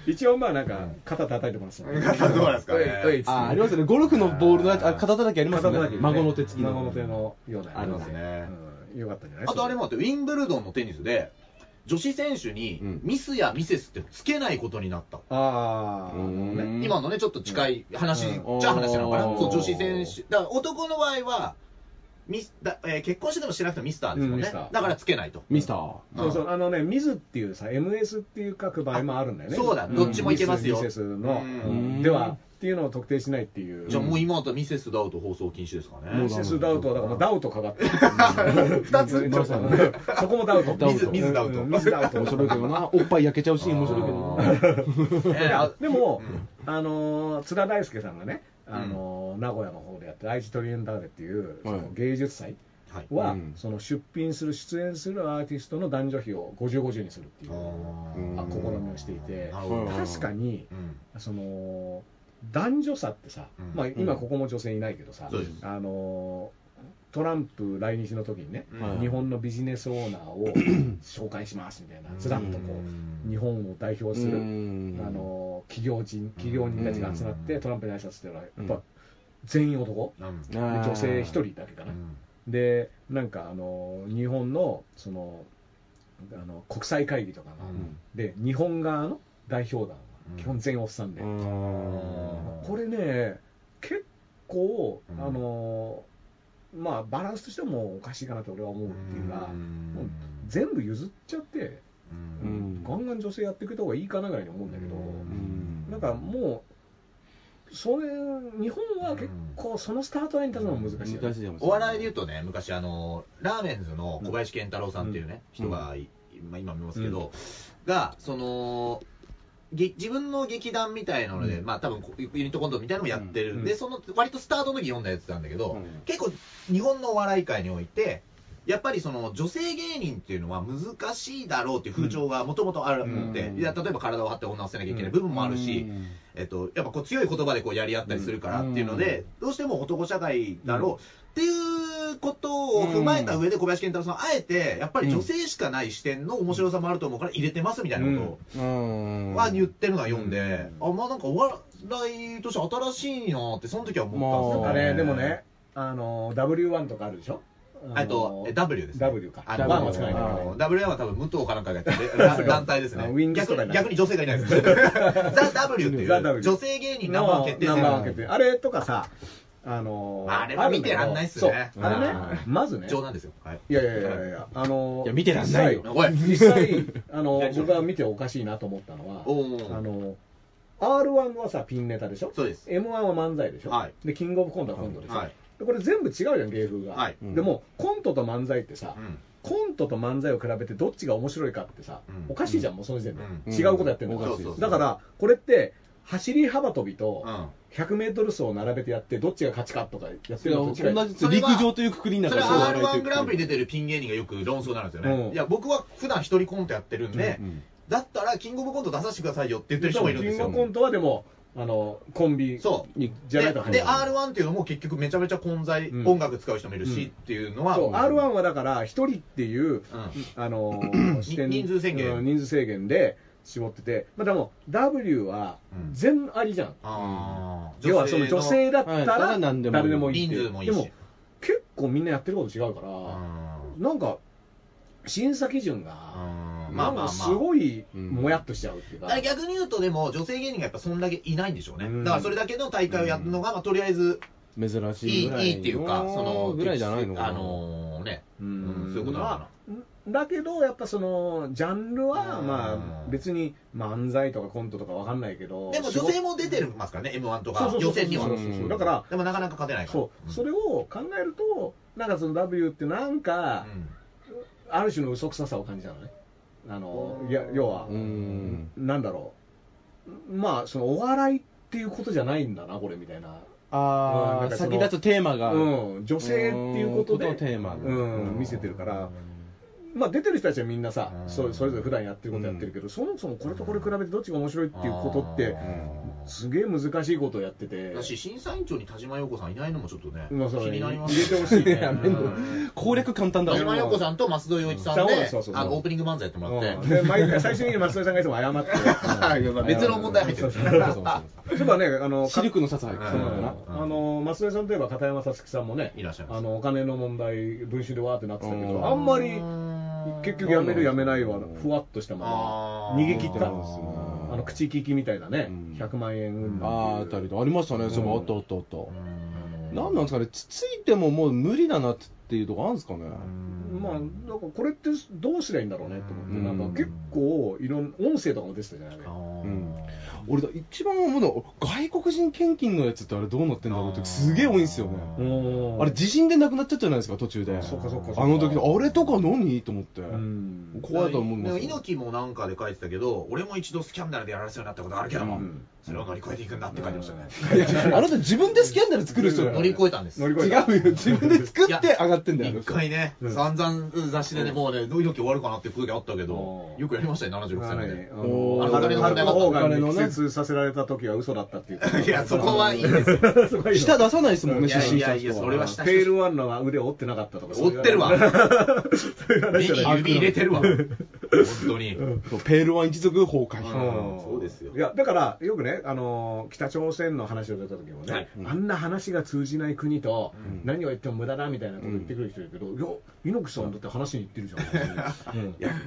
一応まあなんか肩叩いてますね。
どうなんですかね
おいおいっつって
あ、ありますよね。ゴルフのボールのやつ、あ片叩きありますよ
肩叩
ね。
き
孫の手つき
孫の手。のようなやつ
あります
ね
うんよかったんじゃない
あとあれもあって、ウィンブルドンのテニスで、女子選手
う
に
ん
ミスやミセスってつけないことになった。
ああ
うん
今のね、ちょっと近い話、
う
じゃあ話なのかな、
うん
そう女子選手、だから男の場合は、ミスだえー結婚してでもしなくてもミスターですも
うん
ん
ミ
ね、
スター
だからつけないと、
ミスター。
そうそうあのねミズっていうさ MS っていう書く場合もあるんだよね
そうだどっちもいけますよ
ミスミセスの
うん
ではっていうのを特定しないっていう
じゃあもう今だとミセス・ダウト放送禁止ですから
ミ
も
ね
う、
セスダウトはだからもうダウトかかってる
二 つ
うんそこもダウ ト
ダウト
ミズダウトミズダウト
面白いけどな。おっぱい焼けちゃうシーン面白いけどな。
え
い
ー
や
あ
でも、あのー津田大介さんがね、あのー名古屋の方でやってる愛知トリエンダーレっていう、そ
は
の
い
芸術祭
はい
は、
うん
その出品する出演するアーティストの男女比を50、50にするっていう
うん
あ試みをしていて
なるほど
うん
確かに
うん
その男女差ってさ、
うん
まあ、今ここも女性いないけどさ、
そうです
あのートランプ来日の時にね、
うん
日本のビジネスオーナー を紹介しますみたいな、ずらっとこ
う
う、
ん
日本を代表する
うん
あの企業人企業人たちが集まっ
う
て
ん
トランプに挨拶してたらやっ
うん
ぱ全員男、
うん
で
あー
女性一人だけか
う
な、
ん
でなんかあの日本のそのあの国際会議とかの、
うん
で日本側の代表団は
うん
基本全員おっさんで、
うん
これね結構
うん
あのまあバランスとしてもおかしいかなと俺は思うっていうか、
うん
もう全部譲っちゃって
うん
うん
ガンガン女性やってくれた方がいいかなぐらいに思うんだけど、
ん
なんかもう、それ日本は結構、そのスタートラインに立つのも難しいよね、
難しいじゃん
お笑いで言うとね、昔、あのラーメンズの小林健太郎さんっていうね、
うん
人がい、まあ今見ますけど、が、その、げ自分の劇団みたいなので、
うん
まあ多分こユニットコントみたいなのもやってる、
うん
で、その割とスタートの時読んだやつなんだけど、
うん
結構日本のお笑い界において、やっぱりその女性芸人っていうのは難しいだろうっていう風潮がもともとあるので、
うん
いや例えば体を張って女を捨てなきゃいけない部分もあるし、
うん
えっと、やっぱこう強い言葉でこうやり合ったりするからっていうので、どうしても男社会だろうっていうことを踏まえた上で小林健太郎さん、あえてやっぱり女性しかない視点の面白さもあると思うから入れてますみたいなこ
うん
とは言ってるのが読んで、
う
あ、まあなんかお笑いとして新しいなってその時は思
なん
った
か
んです
ね、
よ
でもね、あの W1 とかあるでしょ、
あと、え W です、ね。
W か
あ
W
の、は使えない
あ
から
の
ね。W は多分、武藤かなんかがやって るだ団体です
あ
ね
ウィン。グスとか
逆
い
に、
ない
逆に女性がいな いです。ザ・ W ってい
ザ W
う、女性芸人ナンバーワン決定
ナン
戦
バーワン決定あれとかさ、あの
あれは見てらんないっすね
そうあれね、まずね、
冗談ですよ。はい。
いやいやいやいや、あの
いや見てらんないよ
おい
実際、実際あの
大丈夫
僕が見ておかしいなと思ったのは、
おうおう
あの R1 はさ、ピンネタでしょ、
そうです。
M1 は漫才でしょ、
はい
でキングオブコントはコントでしょ、
はい
でこれ全部違うじゃん、芸風が、
はい
でもコントと漫才ってさ、
うん
コントと漫才を比べてどっちが面白いかってさ、
うん
おかしいじゃん、もうその時点で、
うん
違うことやってるんだ
お
から、
かしいです
だからこれって、走り幅跳びと
う
100メートル走を並べてやって、どっちが勝ちかとかやってるの
同
と違う
じです陸上というくくりの
ん。そ
中
れ
で
は
そう笑
R1
いという
グランプリ出てるピン芸人がよく論争になるんですよ
うん
ね。いや、僕は普段一人コントやってるんで
うん、
だったらキングオブコント出させてくださいよって言ってる人もいるんで
キ
す
ングオ
よ
ブ。コントはでも、あのコンビ
そう
にじゃない
で
と入
で
らない
R1 っていうのも結局めちゃめちゃ混在、
うん
音楽使う人もいるし、っていうのは
そう R1 はだから一人っていう
うん
あの視点
人数制限
うん人数制限で絞ってて、まあ、でも W は
うん
全ありじゃん、
あー
要はその女性だった
は
ら
い何でもいい
誰でもいいって
人
いう
数もいいし
でも結構みんなやってること違うから、
うん
なんか審査基準が、
うん
ま
まあ
あ
まあまあ
すごい
うん
もやっとしちゃうっていうか、
あれ逆に言うとでも女性芸人がやっぱそんだけいないんでしょうね、
うん
だからそれだけの大会をやるのが、まあ、とりあえず
珍し
い
い
い
ぐらい
いいっていうかその
ぐらいじゃないのかな
あのーね
うん
うんそういうことなのかな
まあだけどやっぱそのジャンルは
うん
まあ別に漫才とかコントとかわかんないけど
でも女性も出てますからね m 1とか予選には
そうそうそうそうだから
でもなかなか勝てないから
そう、それを考えるとなんかその W ってなんか、ある種の嘘くささを感じたのねあのいや要は
うん
なんだろうまあそのお笑いっていうことじゃないんだなこれみたいなうんな
あ
ん
あ
かその
先立つテーマが
うん、女性っていうことで
うんことをテーマに
うん、見せてるから、まあ、出てる人たちはみんなさ
うん
そそれぞれ普段やってることやってるけど、そもそもこれとこれ比べてどっちが面白いっていうことってすげえ難しいことをやってて
だし審査員長に田島陽子さんいないのもちょっとね、
まあ
気
そう
になります
入れてほしいね
やめろ
うん
攻略簡単だ
田
わ
島陽子さんと増戸洋一さん
そうそう
で
そうそう
あのオープニング漫才やってもら
う
っ
ん
て
で毎回最終的に松田さんがいつも謝って
まあ別の問題入ってる
そう そうそうそういえばねあの
シルクのささ
うん
そ
そうう
な
なのか
んだ
な
なあの松江さんといえば片山さつきさんもね
いらっしゃいます
あのお金の問題文集でわーってなってたけ
う
ど
ん
あんまり
うん
結局やめるやめないは
うん
ふわっとしたま
あ
ま
ー
逃げ切った
そうなんですよね
あの口利きみたいなね
うん
100万円運動
あーあたりとありましたねそういえばあったあったあった
うん
なんなんですかねつついてももう無理だなっていうとこあるんですかね
まあなんかこれってどうすりゃいいんだろうねと思って、
うん
なんか結構いろん音声とかも出てたじゃない
あー
うん俺だ一番思うのは外国人献金のやつってあれどうなってんだろうってすげえ多いんですよね
あ
の
あれ地震でなくなっちゃったじゃないですか途中で
そっかそっかそっか
あの時のあれとか何と思って
うん
怖いと思います
でも猪木もなんかで書いてたけど俺も一度スキャンダルでやられそうになったことあるけど
う
も、
ん
それを乗り越えていくんだって書いてましたね、
いや あなた自分でスキャンダル作る人だ
乗 り越えたんです
乗り
違
越
う
え
よ
た
自分で作って上がってんだよあの
一
人
回ね、
うん
散々雑誌でね、もうね、どういう時終わるかなっていう時あったけど
う、ん
よくやりましたね、76歳まで。
あ
おー
の金の問題があった
お
お
金
金
のね
のね、させられた時は嘘だったっていうこと。
いや、そ こはいいですよ。
すごいよ
舌出さないですもんね
いや
出
い
身し
や
た
いや、
人
それはした
テールワンの腕を折ってなかったとか。
折って るわ。
そういう
目
話
に
じゃない。
指入れてるわ。本当に。
そうペールワン一族崩壊
うんそうですよ
いやだから、よくね、あのー北朝鮮の話を出た時もね、
はい
あんな話が通じない国と、
ん
何を言っても無駄だみたいなこと言ってくる人いるけど、いや、猪木さんだって話に言ってるじゃん、う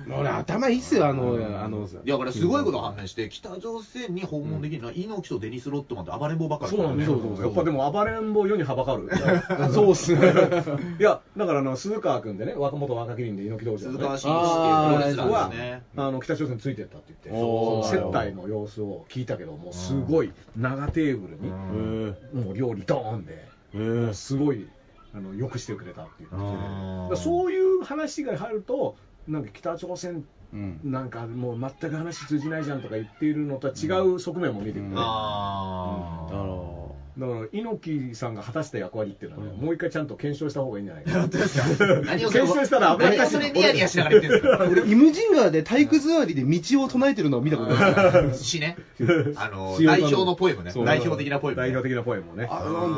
ん
もう俺頭いいっすよあのあの
いや、だからすごいこと判明して、北朝鮮に訪問できるのは、猪木とデニス・ロットマンと暴れん坊ばっかり
そうなんだよ
そうそうそう
やっぱでも暴れん坊世にはばかる
そうっすね
いやだからあの鈴川君でね若元若麒麟で猪木道場
鈴
の
川
ね
慎一っていうプロレスラーですね。
あの北朝鮮についてったって言って
おー
その接待の様子を聞いたけどもうすごい長テーブルに
うん
え
もう料理ドーンで
えええ
すごいあのよくしてくれたっていう
うん
だからそういう話が入るとなんか北朝鮮
うん
なんかもう全く話通じないじゃんとか言っているのとは違う側面も見てくるね、
うん
だか
あ
だ
ー
から
ら猪木さんが果たした役割っていうのはね、もう一回ちゃんと検証した方がいいんじゃないかな
何をそれ
検証したら危ない
何をそれニヤニヤしながら言ってるんです か
俺イムジンガーで体育座りで道を唱えてるのを見たことある
詩ね。あの、
詩を
代表のポエムね。
そう
代表的なポエムね。
代表的なポエムをね
あなんだろうね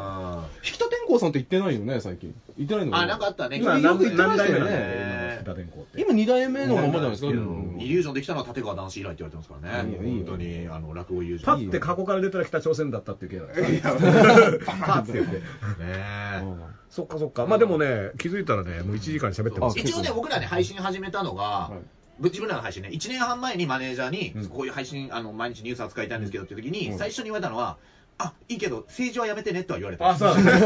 あ
引田天功さんって言ってないよね最近言ってない
ー
の
あ、なんかあったね。
今
君
よく言ってました
今
よね
の北電工って
今2代目のままじゃないですか、
イリュージョンできたのは立川談志以来って言われてますからね。
いいよいい
本当
よ
に、あの、落語友人。
パッて過去から出たら北朝鮮だったっていう系なんですかパッて言って
ね
そっかそっかまあでもね気づいたらねもう1時間喋ってます
一応ね、僕らね、配信始めたのが
はい、
自分らの配信ね、1年半前にマネージャーに
うん、
こういう配信、あの、毎日ニュース扱いたいんですけどって時
う
に、
ん
最初に言われたのは、あ、いいけど、政治はやめてねとは言われた。
あそうなんです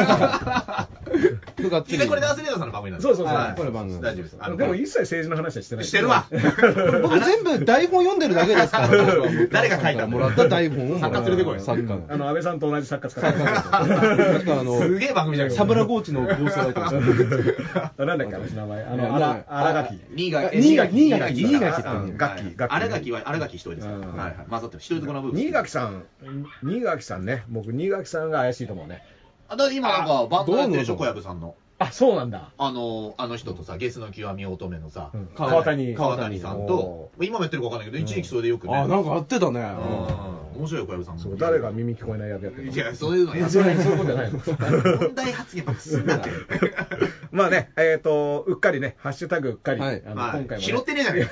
うんがっつ
実
り
際これダースレーダーさんの番組なんで
そうそうそう
はい
これ番組
大丈夫です。あの
でも一切政治の話はしてない
してるわ
僕全部台本読んでるだけですから僕はも う
誰が書いたの
もらった台本を
作家連れてこい
作家の
あの安倍さんと同じ作家使って
なんかあの
すげえ番組じゃない
サブラコーチのゴーストライターです
たなんだっけあの名前あ
いや
の荒荒垣
新垣
新垣
新
新垣
新
新垣
うん
楽器
はい
楽器
新垣は新垣一人ですから。
うん
はいはい。混ざってる。一人とこの部分。
新垣さん新垣さんね僕新垣さんが怪しいと思うね
あだから今なんかバンドやってるでしょ
どうなの
小籔さんの。
あ、そうなんだ。
あの、あの人とさ、ゲスの極み乙女のさ、
うん川谷
川谷さんと、今もやってるかわかんないけど、一時期それでよくね。
あ、なんか合ってた
う
ね。
ん面白いよ、小籔さんも。
そう誰が耳聞こえない役やってる
いや、そういうのや
の
っ
そう
てないい。
うことじゃないの。
問題発言ばっかすんなって。
まあね、えっ、と、うっかりね、ハッシュタグうっかり、
はい
あの
ま
今回
あ、
も、ね、
拾ってねえじゃね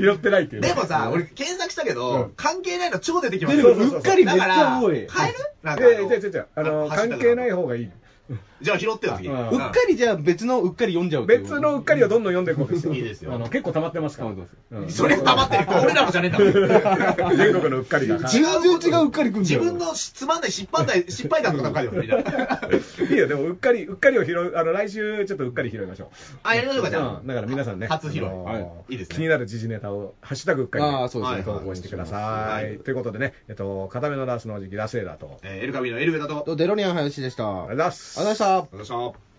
拾ってないっていう。
えでもさ、俺検索したけ
うん
ど、関係ないの超出てきま
ですも、
そう
よ。
そうそう
うっかりめ
だ
っち
から、
ゃ多
変
い。
える
う
なん
い
かあ
やい
の
や、違う違う、あの、
ハッシ
関
ュタグ
係ない方がいい。
じゃあ拾ってよ、次。
うん
っかりじゃあ別のうっかり読んじゃうっていう
別のうっかりをどんどん読んでいこうですよ。
いいですよ
あの結構溜まってますから。
溜まって
ま
それが溜まってる。俺らのじゃねえんだもん。
全国のうっかり が。
全然違ううっかりくんだ
自
よ。
分のつまんない失敗だ、失敗談とか書いてますみたいな。
いいよ、でもうっかり、うっかりを拾う、あの、来週ちょっとうっかり拾いましょ
あ、やりましょう
う。
か、じゃあ
うん。だから皆さんね。
初披露
あの
はい
いいですね
気になる時事ネタを、ハッシュタグうっかりで。
ああ、そうですね。
はい
投稿してくだ
は
さ
い
い。ということでね、えっと、片目のダースのおじき、ラセーダーと。ありがとう
えーエルカビのエルベだと。ありがとう
デロリアン林でした。ありがとう
ございます
ございまし
ご
た。
ざいました。